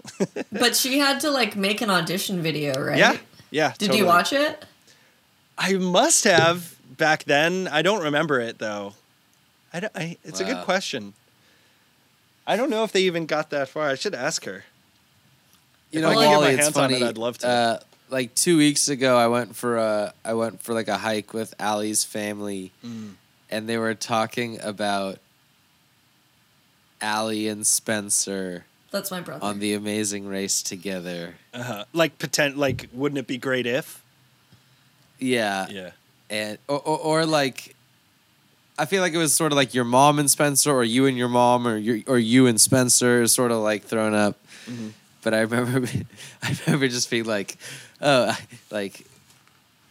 But she had to like make an audition video, right? Yeah, yeah. Did totally. you watch it? I must have back then. I don't remember it though. I, don't, I it's a good Wow. question. I don't know if they even got that far. I should ask her. You If know, I could get my Wally, it's hands on funny. it, I'd love to. Uh, like two weeks ago, I went for a I went for like a hike with Ali's family, and they were talking about Ali and Spencer That's my brother. on the Amazing Race together. Uh-huh. Like pretend. Like wouldn't it be great if? Yeah, and or, or, or like. I feel like it was sort of like your mom and Spencer, or you and your mom, or your, or you and Spencer, is sort of like thrown up. But I remember, I remember just being like, oh, I- like,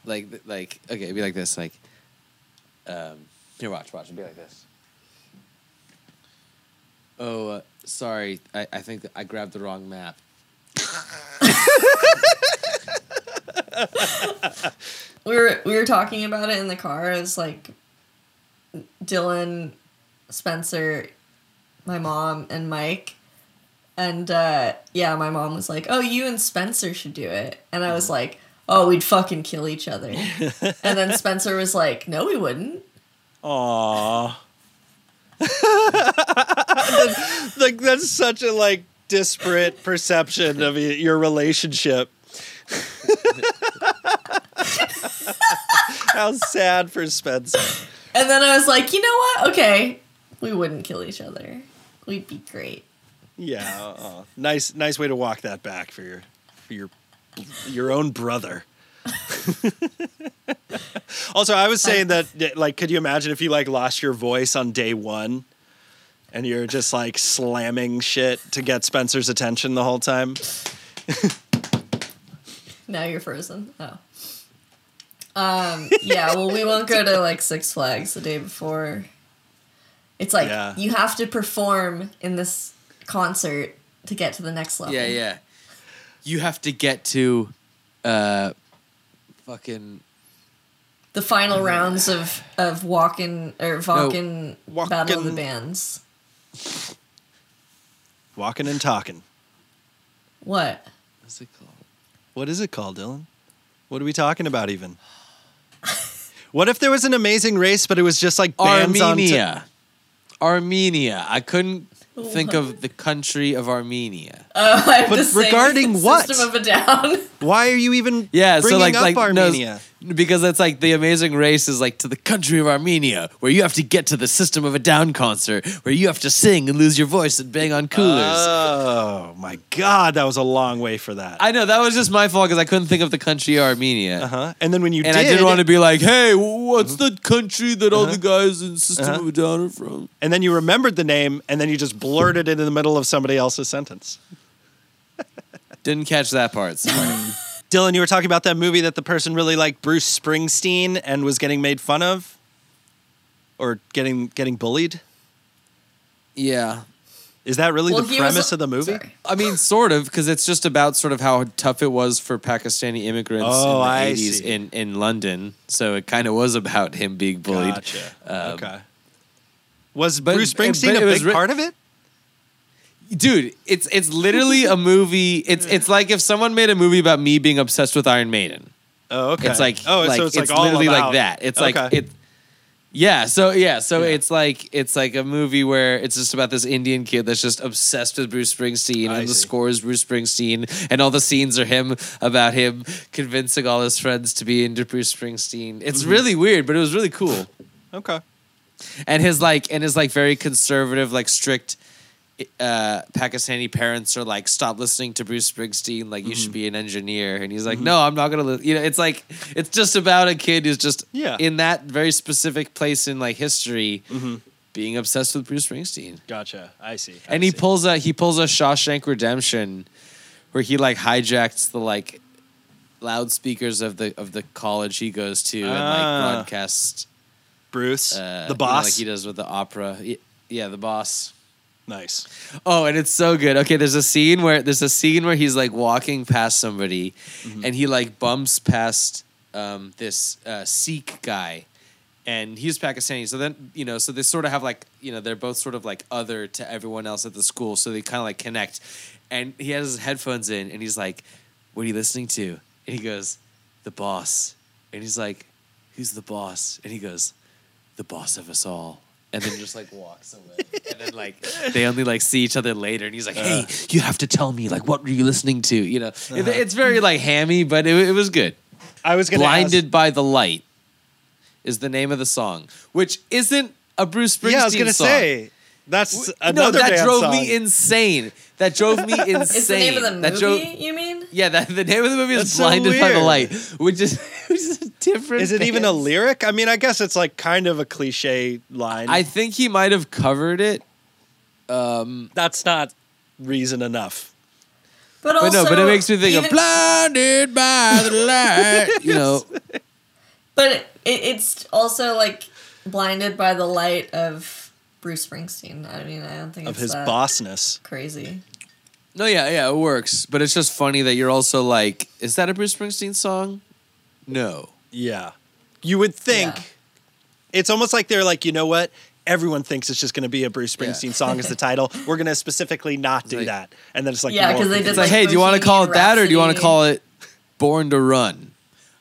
like, like, okay, it'd be like this, like, um, here, watch, watch, it'd be like this. Oh, uh, sorry, I, I think that I grabbed the wrong map. we were we were talking about it in the car. It was like Dylan, Spencer, my mom, and Mike. And uh, yeah, my mom was like, "Oh, you and Spencer should do it," and I was like, "Oh, we'd fucking kill each other." and then Spencer was like, "No, we wouldn't." Aww. like that's such a like disparate perception of y- your relationship. How sad for Spencer. And then I was like, "You know what? Okay, we wouldn't kill each other. We'd be great." Yeah, uh, nice, nice way to walk that back for your, for your, your own brother. also, I was saying that, that, like, could you imagine if you like lost your voice on day one, and you're just like slamming shit to get Spencer's attention the whole time? Now you're frozen. Oh. Um, yeah, well, we won't go to like Six Flags the day before. It's like Yeah. you have to perform in this concert to get to the next level. Yeah, yeah. You have to get to, uh, fucking The final Mm-hmm. rounds of of walking or Valken Battle of the Walkin'. Bands. Walking and talking. What? what's it called? What is it called, Dylan? What are we talking about even? What if there was an amazing race, but it was just like bands on t- Armenia. Armenia. I couldn't think of the country of Armenia. Oh, I have But to sing regarding what? System of a Down. Why are you even Yeah, bringing so like up like no, Armenia? because that's like the amazing race is like to the country of Armenia, where you have to get to the System of a Down concert, where you have to sing and lose your voice and bang on coolers. Oh my God, that was a long way for that. I know that was just my fault because I couldn't think of the country of Armenia. huh? And then when Uh-huh. you And did, I didn't want to be like, hey, what's the country that all the guys in System Uh-huh. of a Down are from? and then you remembered the name, and then you just blurted it in the middle of somebody else's sentence. Didn't catch that part. Sorry. Dylan, you were talking about that movie that the person really liked Bruce Springsteen and was getting made fun of, or getting getting bullied. yeah. Is that really Well, the he was- premise of the movie? Sorry. I mean, sort of, because it's just about sort of how tough it was for Pakistani immigrants Oh, I in the 80s see. in, in London. So it kind of was about him being bullied. Gotcha. Um, okay. Was but- Bruce but Springsteen it a was big writ- part of it? dude, it's it's literally a movie. It's it's like if someone made a movie about me being obsessed with Iron Maiden. Oh, okay. It's like oh, like, so it's, it's, like all literally about- like that. It's like Okay. it. Yeah, so yeah, so Yeah. it's like it's like a movie where it's just about this Indian kid that's just obsessed with Bruce Springsteen, I and the see. score is Bruce Springsteen, and all the scenes are him about him convincing all his friends to be into Bruce Springsteen. It's Mm-hmm. really weird, but it was really cool okay. and his like and his like very conservative like strict uh pakistani parents are like stop listening to bruce springsteen like you Mm-hmm. should be an engineer and he's like no i'm not gonna li-. you know it's like it's just about a kid who's just Yeah. Mm-hmm. in that very specific place in like history being obsessed with bruce springsteen Gotcha. I see. I and he see. pulls a he pulls a Shawshank Redemption, where he like hijacks the like loudspeakers of the of the college he goes to and Ah. like broadcasts Bruce, uh, you know, the boss. like he does with the opera. Y- Yeah, the boss. nice. Oh, and it's so good. Okay, there's a scene where there's a scene where he's like walking past somebody, and he like bumps past um, this uh, Sikh guy, and he's Pakistani. So then you know, so they sort of have like you know, they're both sort of like other to everyone else at the school. So they kind of like connect, and he has his headphones in, and he's like, "What are you listening to?" And he goes, "The boss," and he's like, "Who's the boss?" And he goes, the boss of us all. And then just like walks away. And then like they only like see each other later. And he's like, hey, Uh-huh. you have to tell me, like, what were you listening to? You know, It- it's very like hammy, but it, it was good. I was gonna ask- Blinded by the Light is the name of the song, which isn't a Bruce Springsteen yeah, I was gonna song. say that's no, another that band drove song. me insane. That drove me insane. It's the name of the movie, That drove- you mean? yeah, that, the name of the movie is That's so Blinded by the weird. Light, which is, which is a different. Is it even a band. lyric? I mean, I guess it's like kind of a cliche line. I think he might have covered it. that's not reason enough. But, But also, no, but it makes me think even, of blinded by the light. You know, But it, it's also like blinded by the light of Bruce Springsteen. I mean, I don't think Of it's his that bossness. Crazy. no, yeah, yeah, it works. But it's just funny that you're also like, is that a Bruce Springsteen song? No. Yeah. You would think Yeah. it's almost like they're like, you know what? Everyone thinks it's just going to be a Bruce Springsteen Yeah. song as the title. We're going to specifically not do like- that. And then it's like, Yeah, more 'cause they confusing. It's like, hey, do you want to call it that, or do you want Bohemian to call it Born to Run?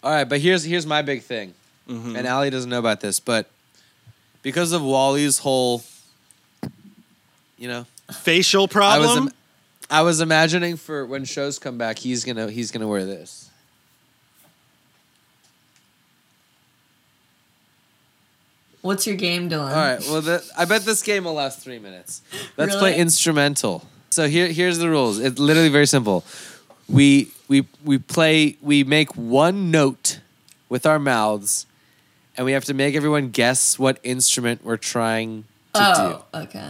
All right, but here's here's my big thing, Mm-hmm. and Ali doesn't know about this, but because of Wally's whole, you know, facial I problem. was im- I was imagining for when shows come back, he's gonna he's gonna wear this. What's your game, Dylan? All right. Well, the, I bet this game will last three minutes. Let's play Really? instrumental. So here, here's the rules. It's literally very simple. We we we play. We make one note with our mouths, and we have to make everyone guess what instrument we're trying to Oh, okay.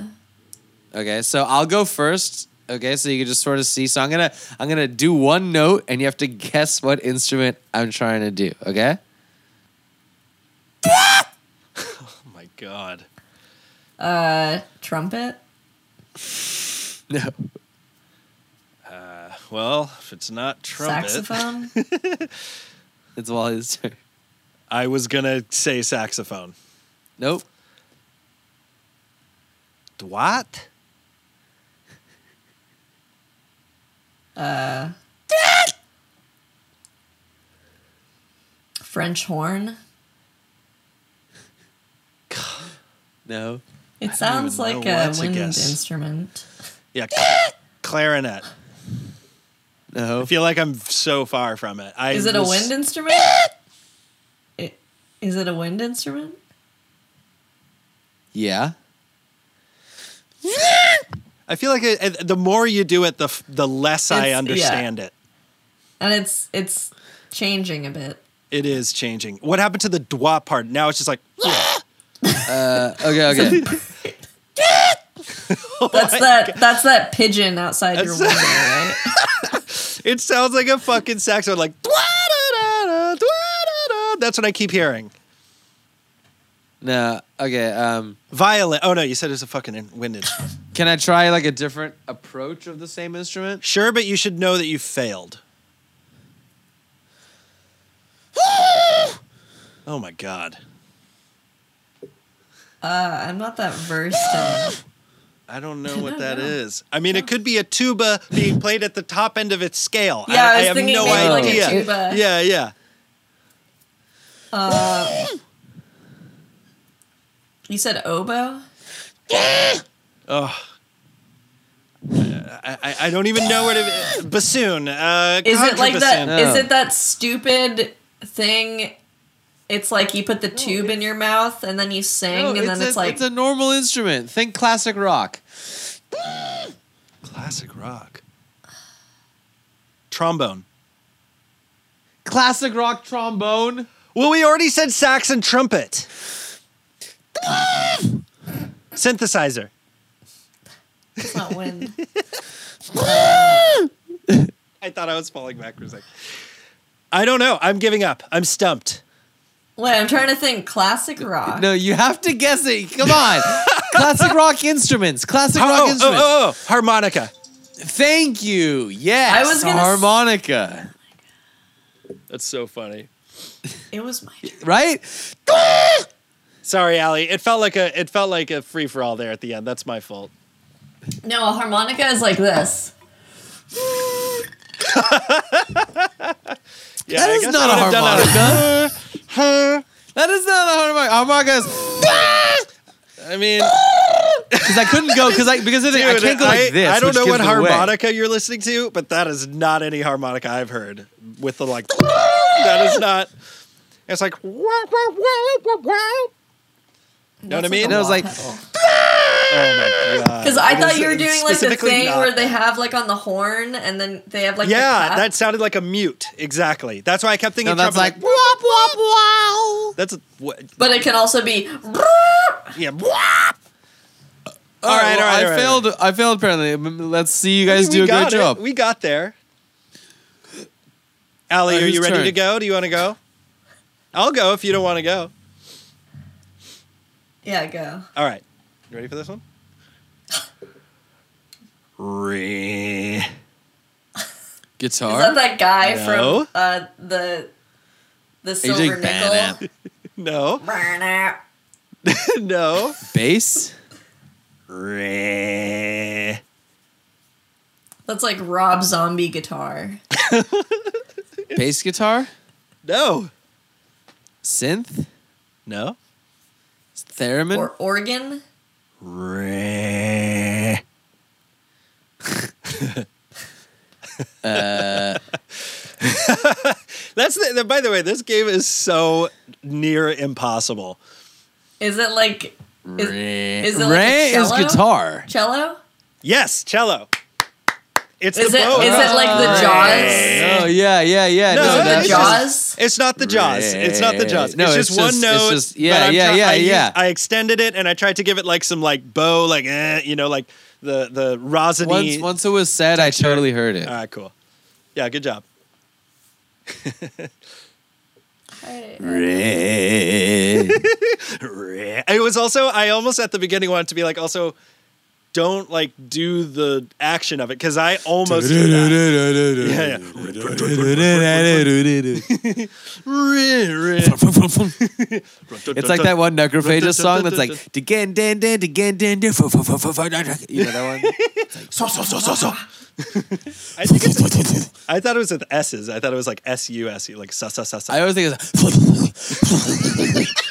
do. Okay. So I'll go first. Okay. So you can just sort of see. So I'm gonna I'm gonna do one note, and you have to guess what instrument I'm trying to do. Okay. oh my God. Uh, trumpet. No. Well, if it's not trumpet, Saxophone. It's Wally's turn. I was going to say saxophone. Nope. What? French horn. No. It sounds even like know a what to wind guess. instrument. Yeah. clarinet. No. I feel like I'm so far from it. I Is it a was- wind instrument? I- Is it a wind instrument? Yeah. I feel like it, it- the more you do it, the f- the less I It's- yeah. understand it. And it's it's changing a bit. It is changing. What happened to the dwa part? Now it's just like Okay. Okay. That's that that's that pigeon outside your Oh That's- window, right? it sounds like a fucking saxophone. Like dwa da da da dwa da da. That's what I keep hearing. No. Okay. Um, Violin. Oh no, you said it's a fucking in- wind instrument. can I try like a different approach of the same instrument? Sure, but you should know that you failed. oh my god. Uh, I'm not that versed in I don't know what that is. I mean, it could be a tuba being played at the top end of its scale. I- Yeah, I I, was have thinking no maybe like a idea. tuba. Yeah, yeah. You said oboe? Oh. I, I, I don't even know what it bassoon. Uh, Is it like that? contrabassoon. Is No. it that stupid thing? It's like you put the tube in your mouth and then you sing, No, and then it's, a, like it's a normal instrument. Think classic rock. Classic rock. Trombone. Classic rock trombone. Well, we already said sax and trumpet. Synthesizer. it's not wind. I thought I was falling back for a second. I don't know. I'm giving up. I'm stumped. Wait, I'm trying to think. Classic rock. No, you have to guess it. Come on. classic rock instruments. Classic Oh, rock oh, instruments. oh, oh, harmonica. Thank you. Yes. I was gonna s- harmonica. That's so funny. It was my turn. right? Sorry, Allie. It felt like a it felt like a free for all there at the end. That's my fault. No, a harmonica is like this. Yeah, That I is guess not I a would've done Huh? That is not a harmonica. Harmonica is I mean, because I couldn't go because I because I, think I dude, can't go I- like this. I don't which know gives what it away. harmonica you're listening to, but that is not any harmonica I've heard with the like. that is not. It's like. You know what I mean? And I was like, oh my god. Because I It thought is you were doing like the specifically thing not where they that. have like on the horn and then they have like the Yeah, cap. that sounded like a mute. Exactly. That's why I kept thinking. no, that's like trumpet, wop wop wow. that's a, what, But it can also be. yeah. whap. All right, all right, all I right, failed. I failed. Apparently, M- let's see you guys We do a got good it. job. We got there. Allie, Uh, are you whose ready to turn? go? Do you want to go? I'll go if you don't want to go. Yeah, go. All right. You ready for this one? Re. Is that Guitar. that guy No. from uh, the the you silver doing nickel? banana? No. Banana. no. Bass. Re. That's like Rob Zombie guitar. Bass guitar. No. Synth. No. Theremin. Or organ? Re. Uh. That's the, the- By the way, this game is so near impossible. Is it like is- is it like a Ray is cello? guitar. cello? Yes, cello. It's Is the it bow. is it like the jaws? Oh yeah, yeah, yeah. No, No, no, The that's it's just, jaws? It's not the jaws. It's not the jaws. No, it's it's just one just- it's note. just- but yeah, I'm yeah, try- yeah, I used- yeah. I extended it and I tried to give it like some like bow, like eh, you know, like the the rosiny. once once it was said, I totally heard it. All right, cool. Yeah, good job. Right. It was also I almost at the beginning wanted to be like also don't like do the action of it because I almost did that. Yeah, yeah. It's like that one necrophagus song that's like again, dan, dan, again, dan, dan, fu- fu- fu- fu- fu- dan, dan." You know that one? I, think it's- I thought it was with S's. I thought it was like S U S E, like sa sa sa sa. I always think it's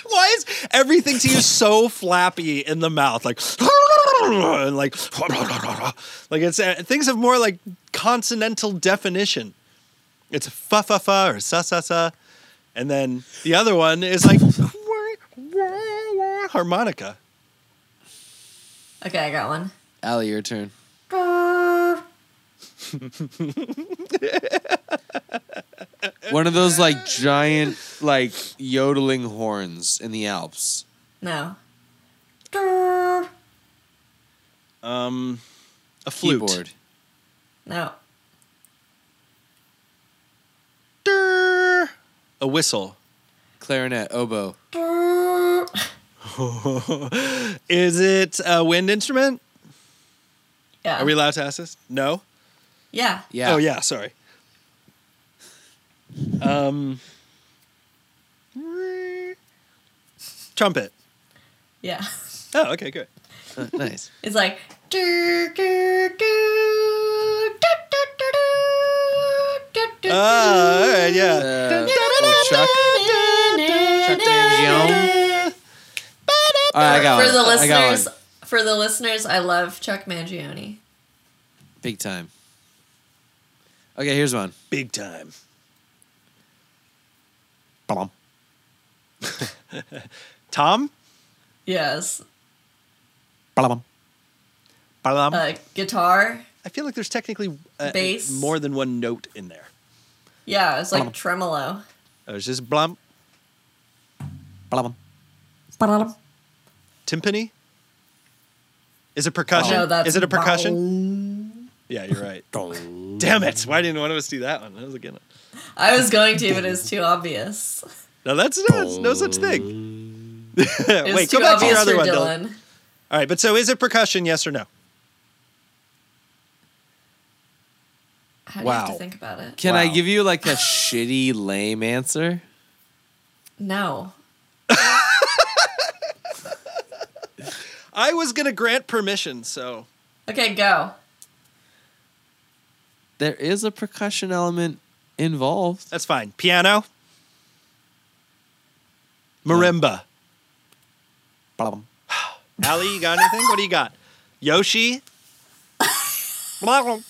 Why is everything to you so flappy in the mouth? Like, and like, like it's uh, things have more like consonantal definition. It's fa fa fa or sa sa sa, and then the other one is like harmonica. Okay, I got one. Allie, your turn. One of those like giant like yodeling horns in the Alps. No. Um, a flute. Keyboard. No. Durr. A whistle. Clarinet, oboe. Is it a wind instrument? Yeah. Are we allowed to ask this? No. yeah. Yeah. Oh yeah, sorry. Um, trumpet. Yeah. Oh, okay, good. Uh, nice. It's like Uh, all right, yeah. Uh, oh, Chuck. Chuck Mangione. All right, I got For one. the I got listeners, one. for the listeners, I love Chuck Mangione. Big time. Okay, here's one. Big time. Bum. Tom? Yes, Bum. Balam? uh, guitar. I feel like there's technically uh, bass. more than one note in there. Uh, Yeah, it's Um, like tremolo. It was just blum. Bum. Timpani? Is it percussion? No, that's Is it a percussion? Yeah, you're right. Damn it. Why didn't one of us do that one? That was a good one. I was going to, but it's too obvious. No, that's no, no such thing. It's Wait, too go back to obvious your other for one, Dylan. Dylan. All right, but so is it percussion, yes or no? How do you have to Wow. think about it? Can I Wow. give you like a shitty lame answer? No. I was going to grant permission, so. Okay, go. There is a percussion element involved. That's fine. Piano. Marimba. Bum. Ali, you got anything? What do you got? Yoshi. I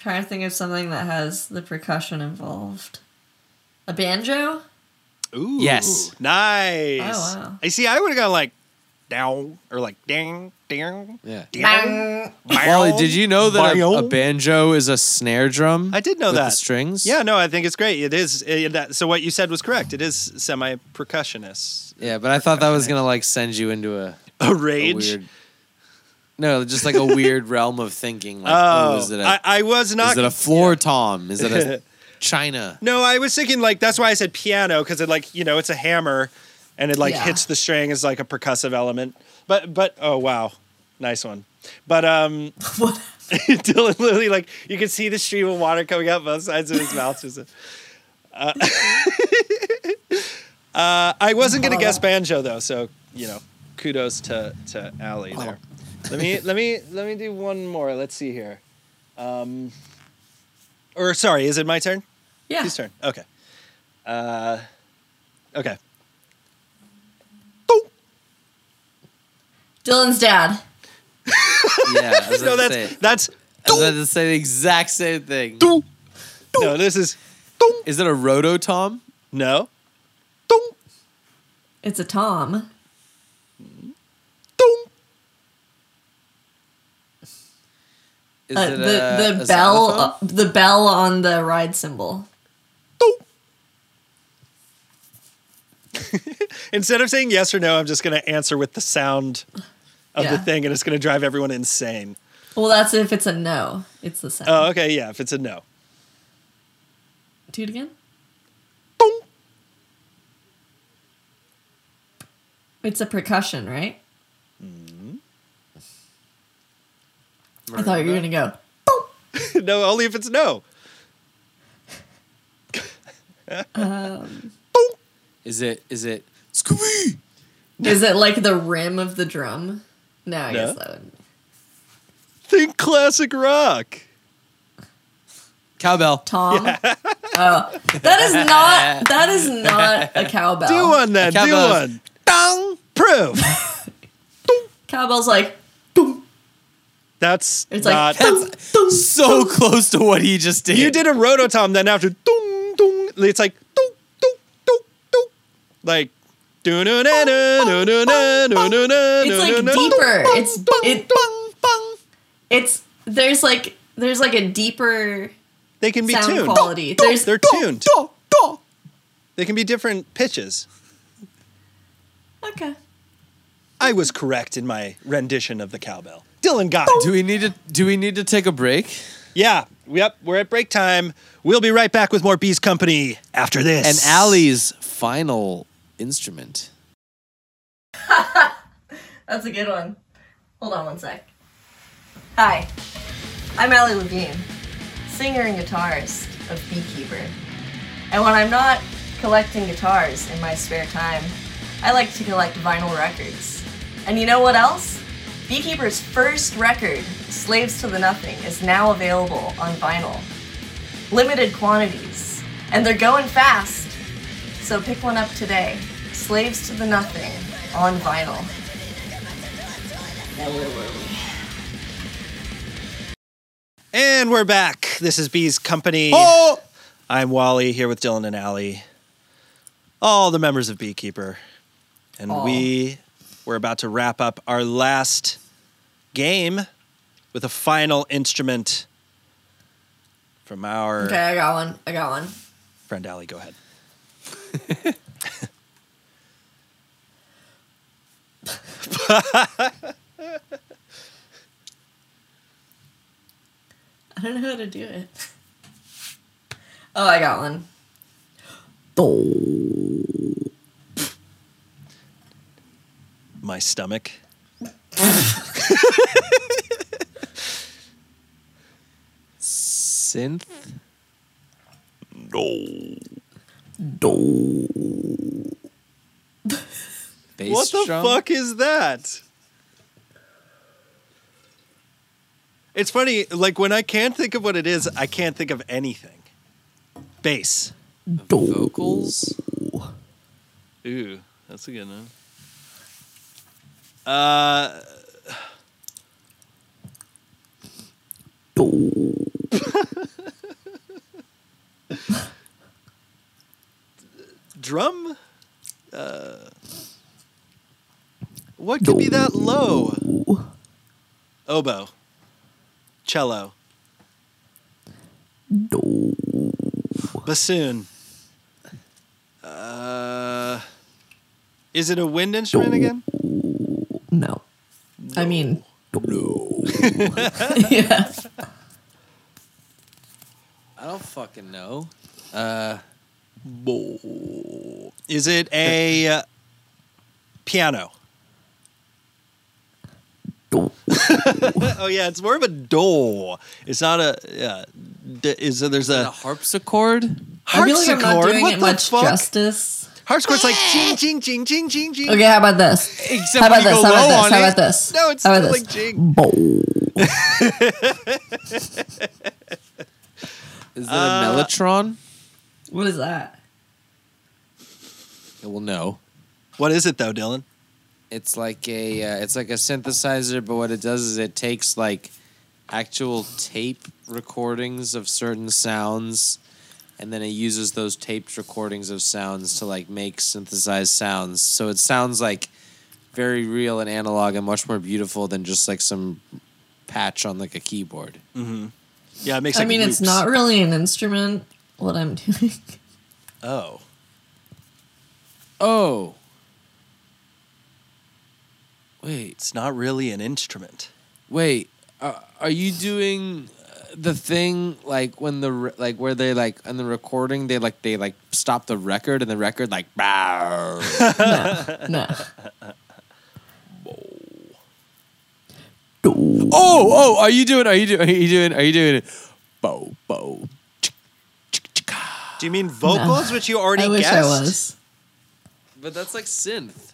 trying to think of something that has the percussion involved. A banjo? Ooh. Yes. Nice. Oh, wow. I see. I would have gone like down or like ding, ding. Yeah. ding, bow. Wally, did you know that a, Bow. a banjo is a snare drum? I did know with that. The strings. Yeah, no, I think it's great. It is. It, that, so what you said was correct. It is semi percussionist. Yeah, but I thought that was gonna like send you into a, A a rage. weird. No, just like a weird realm of thinking. Like, oh, oh, is it a, I, I was not. is it a floor tom? Is it a china? No, I was thinking like that's why I said piano because it like you know it's a hammer, and it like Yeah. hits the string as like a percussive element. But but oh wow, nice one. But um, What? Dylan literally like you could see the stream of water coming out both sides of his mouth. Just, uh, uh, I wasn't gonna guess banjo though, so you know, kudos to to Allie there. Let me let me let me do one more. Let's see here. Um, or sorry, is it my turn? Yeah. His turn. Okay. Uh, okay. Dylan's dad. Yeah, I was No, about to that's say it. that's I was about to say the exact same thing. no. This is Is it a rototom? no. It's a Tom. Is Uh, it the a, the a bell xylophone? uh, the bell on the ride cymbal. Instead of saying yes or no, I'm just gonna answer with the sound of the Yeah. thing, and it's gonna drive everyone insane. Well, that's if it's a no. It's the sound. Oh, okay, yeah. If it's a no, Do it again. It's a percussion, right? I thought you were gonna go. no, only if it's no. Is it is it Scooby? Is it like the rim of the drum? No, I No. guess that would. Think classic rock. Cowbell. Tom. Oh, that is not that is not a cowbell. Do one then. Do Cowbell's- one. Dong. Prove. Cowbell's like, boom. That's It's not. like, boom, boom. So close to what he just did. you did a rototom, then after dung dung, it's like dung dung dung dung, like. It's It's like deeper. It's it, it's there's like there's like a deeper They can be sound tuned. quality. There's They're tuned. dong. They can be different pitches. okay. I was correct in my rendition of the cowbell. Dylan got Do it. we need to do we need to take a break? Yeah. Yep. We're at break time. We'll be right back with more Bees Company after this. And Allie's final instrument. That's a good one. Hold on one sec. Hi, I'm Allie Levine, singer and guitarist. of beekeeper. And when I'm not collecting guitars in my spare time, I like to collect vinyl records. And you know what else? Beekeeper's first record, Slaves to the Nothing, is now available on vinyl. Limited quantities. And they're going fast. So pick one up today. Slaves to the Nothing on vinyl. Now where were we? And we're back. This is Bee's Company. Oh, I'm Wally here with Dylan and Allie, all the members of Beekeeper. And Aw. we were about to wrap up our last game with a final instrument from our Okay, I got one. I got one. friend Allie. Go ahead. I don't know how to do it. Oh, I got one. Do. My stomach. synth. Do. Bass what the drum? fuck is that? It's funny, like when I can't think of what it is, I can't think of anything. Bass. Vocals. Ooh, that's a good one. Uh, drum. Uh, what could be that low? Oboe, cello, bassoon. Uh, is it a wind instrument again? No. I mean. No. yeah. I don't fucking know. Is it a uh, piano? oh yeah, it's more of a do. It's not a yeah. D- is there, there's And a a harpsichord. I feel like I'm not harpsichord? doing What it the much fuck? justice. Harpsichord's like ching ching ching ching ching ching. Okay, how about this? Except How about when you this? How go about low this? on How it. about this? No, it's how not about like this? jing. Is that Uh. a mellotron? What is that? Well, no. What is it though, Dylan? It's like a uh, it's like a synthesizer, but what it does is it takes like actual tape recordings of certain sounds, and then it uses those taped recordings of sounds to like make synthesized sounds. So it sounds like very real and analog, and much more beautiful than just like some patch on like a keyboard. Yeah, it makes. I like, mean, it's loops. not really an instrument. What I'm doing. Oh, Oh, wait. it's not really an instrument. Wait, are, are you doing uh, the thing like when the re- like where they like in the recording they like they like stop the record and the record like bow. No. oh oh are you doing are you doing are you doing are you doing it bow bow chick, chick, chicka. Do you mean vocals, which you already I wish guessed? I was. but that's like synth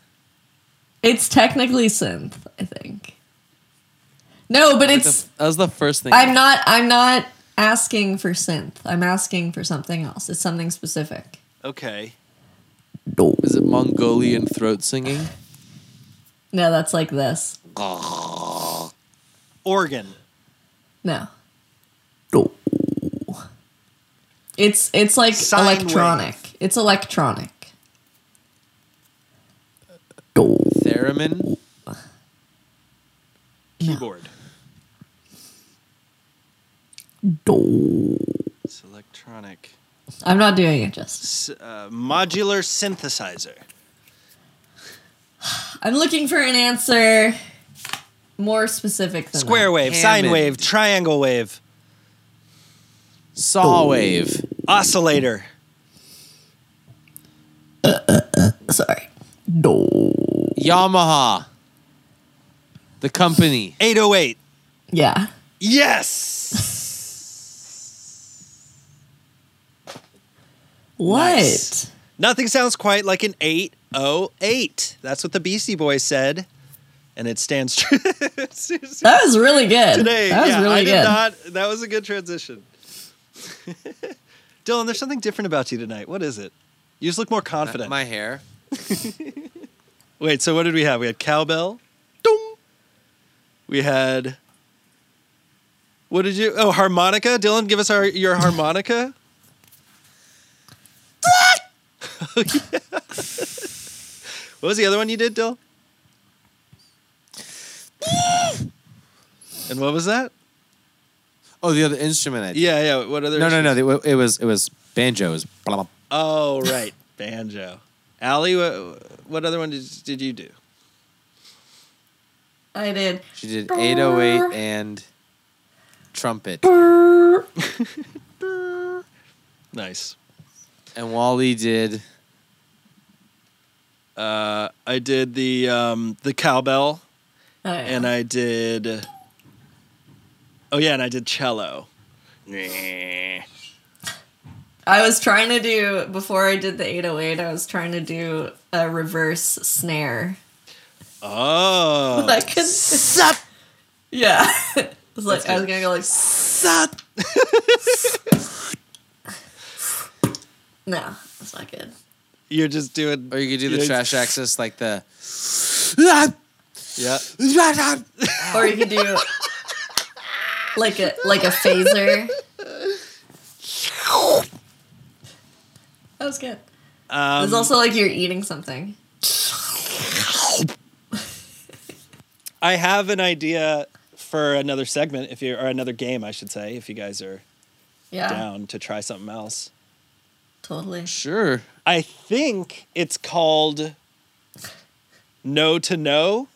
It's technically synth, I think. No, but Like the- it's that was the first thing I'm not I'm not asking for synth. I'm asking for something else. It's something specific. Okay. is it Mongolian throat singing No, that's like this. Organ. No. It's it's like Sine wave. electronic. It's electronic. theremin Keyboard. It's electronic. I'm not doing it justice. S- uh, modular synthesizer. I'm looking for an answer more specific than Square that. wave, sine Hammond. wave, triangle wave, saw wave oscillator. Sorry. Yamaha the company 808. Yeah. Yes. What? Nice. Nothing sounds quite like an 808. That's what the Beastie Boys said. And it stands true. Seriously. That was really good. Today, that was yeah, really I did good. not. That was a good transition. Dylan, there's something different about you tonight. What is it? You just look more confident. My hair. Wait, so what did we have? We had cowbell. Dong. We had. What did you? Oh, harmonica. Dylan, give us our your harmonica. Oh, yeah. what was the other one you did, Dylan? and what was that? Oh, the other instrument I did. Yeah, yeah. What other? No, no, no. instruments? It, was it was banjo. It was blah, blah. Oh, right, banjo. Allie, what, what other one did, did you do? I did. She did 808 and trumpet. Nice. And Wally did Uh, I did the um, the cowbell, Oh, yeah. and I did. Oh yeah, and I did cello. Nyeh. I was trying to do before I did the 808. I was trying to do a reverse snare. Oh, Like, sup. Yeah, it was like I was gonna go like sup. no, that's not good. you're just doing. or you could do the Yeah. trash access like the Yeah. Or you could do like a like a phaser. That was good. Um, It's also like you're eating something. I have an idea for another segment, if you or another game, I should say, if you guys are Yeah, down to try something else. totally. sure. I think it's called No to No,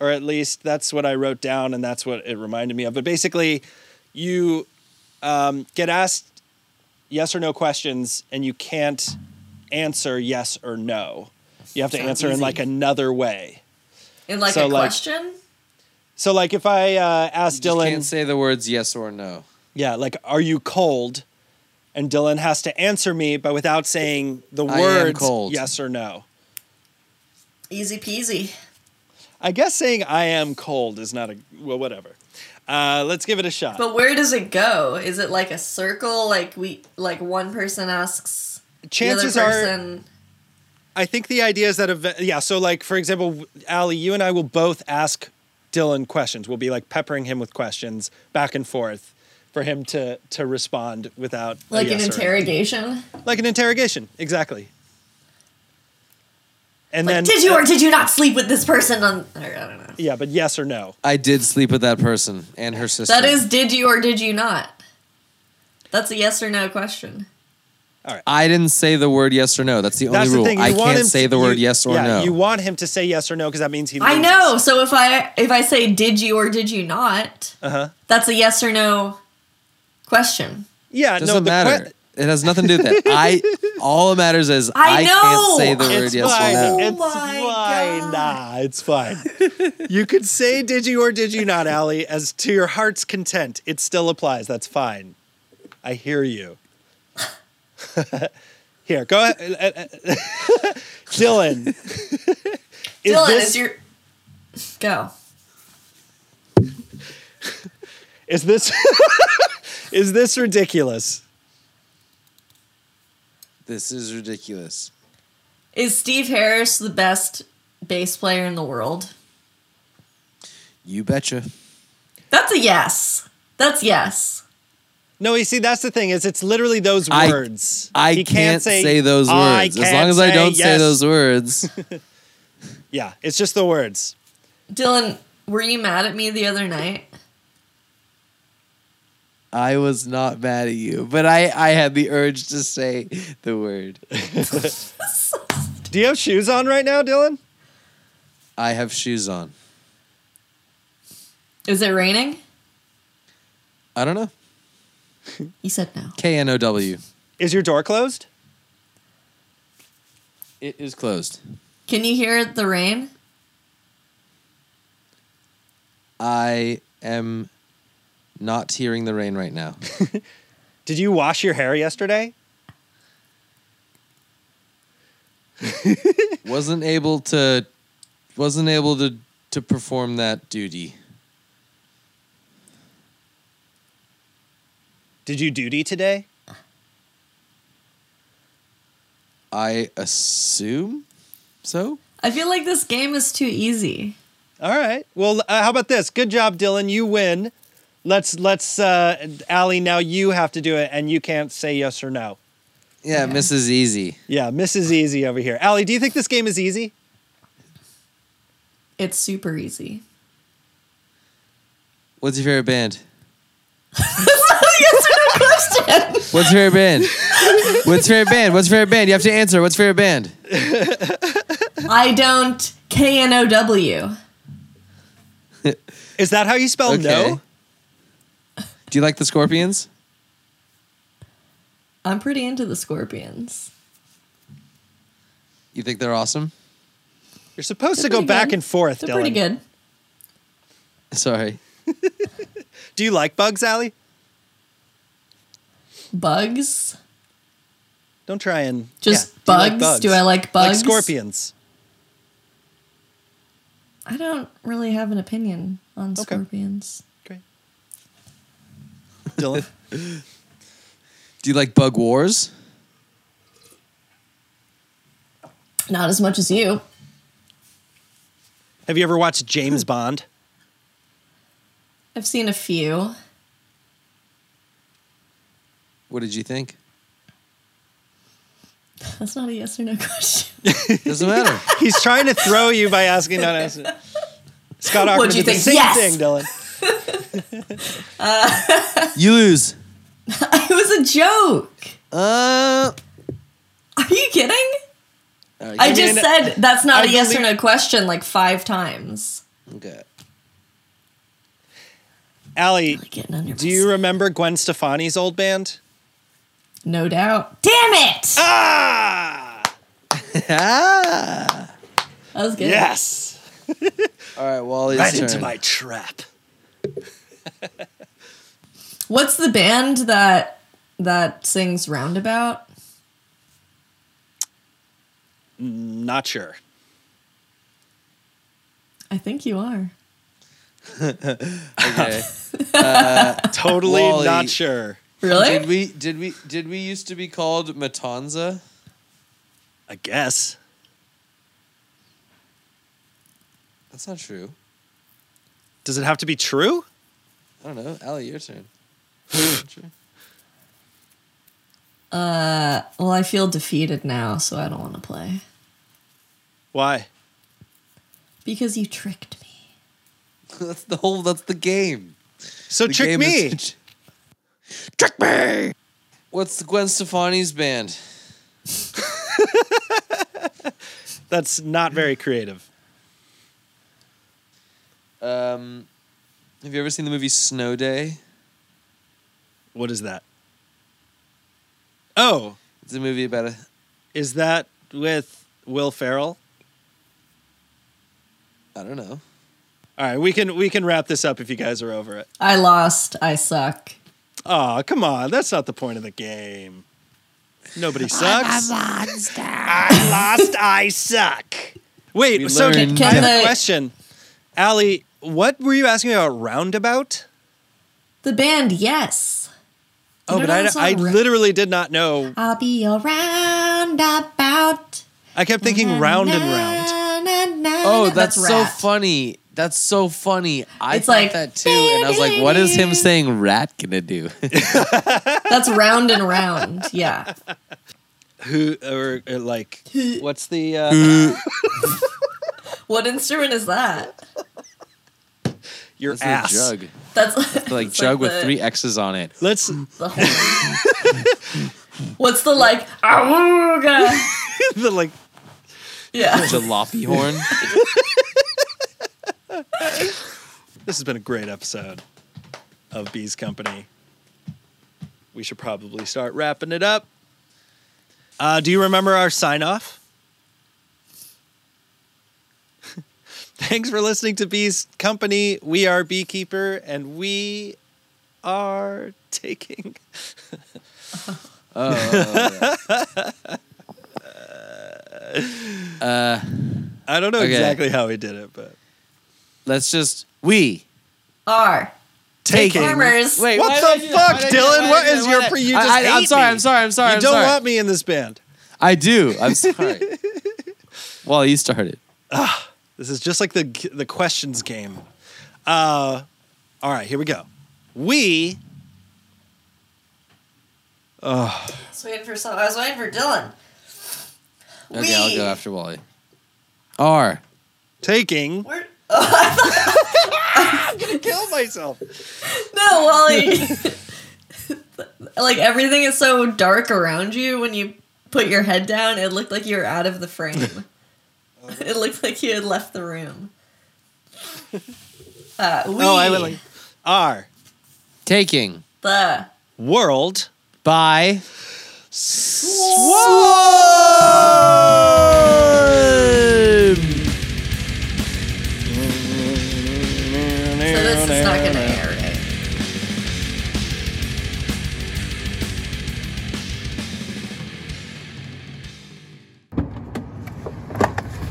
or at least that's what I wrote down and that's what it reminded me of. But basically, you um, get asked yes or no questions and you can't answer yes or no. You have to Sounds answer in easy. like another way. In like So, a like- question. So, like if I uh, asked Dylan Dylan, can't say the words yes or no. yeah, like, are you cold? And Dylan has to answer me, but without saying the I am words cold. yes or no. Easy peasy. I guess saying I am cold is not a well, whatever. Uh, let's give it a shot. But where does it go? Is it like a circle? Like we like one person asks Chances the other are, person. I think the idea is that ev- yeah. So like for example, Ali, you and I will both ask Dylan questions. We'll be like peppering him with questions back and forth for him to to respond without a like yes an or no. interrogation. like an interrogation exactly. And Like, then did you or did you not sleep with this person on? Or, I don't know. yeah, but yes or no. I did sleep with that person and her sister. That is, did you or did you not? That's a yes or no question. I didn't say the word yes or no. That's the only That's rule. the thing. You I want can't him say to- the word you- yes or yeah, no. You want him to say yes or no because that means he. I loses. know. So if I if I say did you or did you not, Uh-huh. that's a yes or no question. Yeah, Doesn't no, the que- matter. it has nothing to do with that. I all that matters is I I, know! can't say the word It's yes fine. or no. Oh It's my fine. God. Nah, it's fine. you could say did you or did you not, Allie, as to your heart's content. It still applies. That's fine. I hear you. Here, go ahead. uh, uh, Dylan. is Dylan, this is your go? is this is this ridiculous? This is ridiculous. Is Steve Harris the best bass player in the world? You betcha. That's a yes. That's yes. No, you see, that's the thing is, it's literally those I- words. I He can't, say, those "I words. As can't long as I don't say yes." those words, Yeah, it's just the words. Dylan, were you mad at me the other night? I was not mad at you. But I, I had the urge to say the word. Do you have shoes on right now, Dylan? I have shoes on. Is it raining? I don't know. You said no. K N O W. Is your door closed? It is closed. Can you hear the rain? I am not hearing the rain right now. Did you wash your hair yesterday? wasn't able to wasn't able to to perform that duty. Did you duty today? I assume so. I feel like this game is too easy. All right. Well, uh, how about this? Good job, Dylan. You win. Let's let's uh Allie, now you have to do it and you can't say yes or no. Yeah, Yeah. Mrs. Easy. Yeah, Mrs. Easy over here. Allie, do you think this game is easy? It's super easy. What's your favorite band? What's your favorite band? What's your favorite band? What's your favorite band? You have to answer. What's your favorite band? I don't K N O W. Is that how you spell Oh, no? Do you like the Scorpions? I'm pretty into the Scorpions. You think they're awesome? You're supposed They're to go pretty back good. and forth, They're Dylan. pretty good. Sorry. Do you like bugs, Allie? Bugs. Don't try and Just yeah. Do you like bugs? Do I like bugs? Like scorpions. I don't really have an opinion on scorpions. Great. Dylan. Do you like Bug Wars? Not as much as you. Have you ever watched James Bond? I've seen a few. What did you think? That's not a yes or no question. Doesn't matter. He's trying to throw you by asking not asking. Scott Ackerman What'd you did the think? same Yes! thing, Dylan. you lose. it was a joke. Uh. Are you kidding? all right, I you just mean, said that's not I a yes or believe- no question like five times. win. Okay. Allie, Like getting under do Oh my you skin. remember Gwen Stefani's old band? No doubt. Damn it! Uh, Ah! Ah. that was good. Yes! All right, Wally's Right turn. into my trap. What's the band that that sings Roundabout? Not sure. I think you are. okay. Totally Wally. not sure. Really? Did we did we did we used to be called Matanza? I guess. That's not true. Does it have to be true? I don't know. Allie, your turn. well, I feel defeated now, so I don't want to play. Why? Because you tricked me. that's the whole. That's the game. So The trick game me. is- trick me. What's Gwen Stefani's band? That's not very creative. Um, have you ever seen the movie Snow Day? What is that? Oh, It's a movie about a. is that with Will Ferrell? I don't know. All right, we can we can wrap this up if you guys are over it. I lost. I suck. Oh, come on. That's not the point of the game. Nobody sucks. I lost. I suck. Wait, We so learned Can- I can have a the- question. Allie, what were you asking about roundabout? The band, yes. You Oh, know but I, that song, I Ra- literally did not know. I'll be your roundabout. I kept thinking round and round. Oh, that's, so rat. funny. That's so funny. I It's thought like- that too, and I was like, "What is him saying rat gonna do?" That's round and round. Yeah. Who or, uh, like what's the uh, What instrument is that? your It's ass? a jug, That's like it's jug with the- three X's on it. Let's the whole- What's the like? Awooga. the like Yeah. Jalopy horn. This has been a great episode of Bees Company. We should probably start wrapping it up. Uh, do you remember our sign off? Thanks for listening to Bees Company. We are Beekeeper and we are taking. Oh, Uh, I don't know Okay. exactly how he did it, but Let's just we Are taking. farmers. wait. What why the did I do that? fuck, Why did I do Dylan? that? Why What did I is do your that? pre- you I- just I, I'm hate sorry. me. I'm sorry. I'm sorry. You I'm don't sorry. want me in this band. I do. I'm sorry. well, you started. This is just like the the questions game. Uh, all right, here we go. We I was waiting for some. I was waiting for Dylan. Okay, we I'll go after Wally. R. taking. We're, oh, Kill myself. no, Wally. like everything is so dark around you when you put your head down. It looked like you were out of the frame. it looked like you had left the room. Uh, we Oh, I would like. Our Taking the world. by so this is not gonna air right.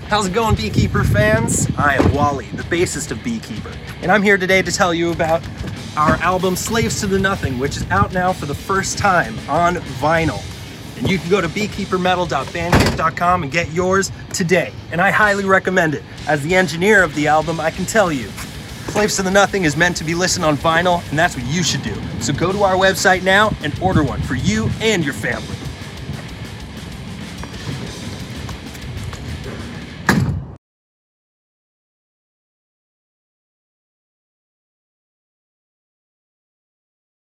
How's it going, Beekeeper fans? I am Wally, the bassist of Beekeeper, and I'm here today to tell you about our album Slaves to the Nothing, which is out now for the first time on vinyl. And you can go to beekeepermetal.bandcamp.com and get yours today. And I highly recommend it. As the engineer of the album, I can tell you Slaves to the Nothing is meant to be listened on vinyl, and that's what you should do. So go to our website now and order one for you and your family.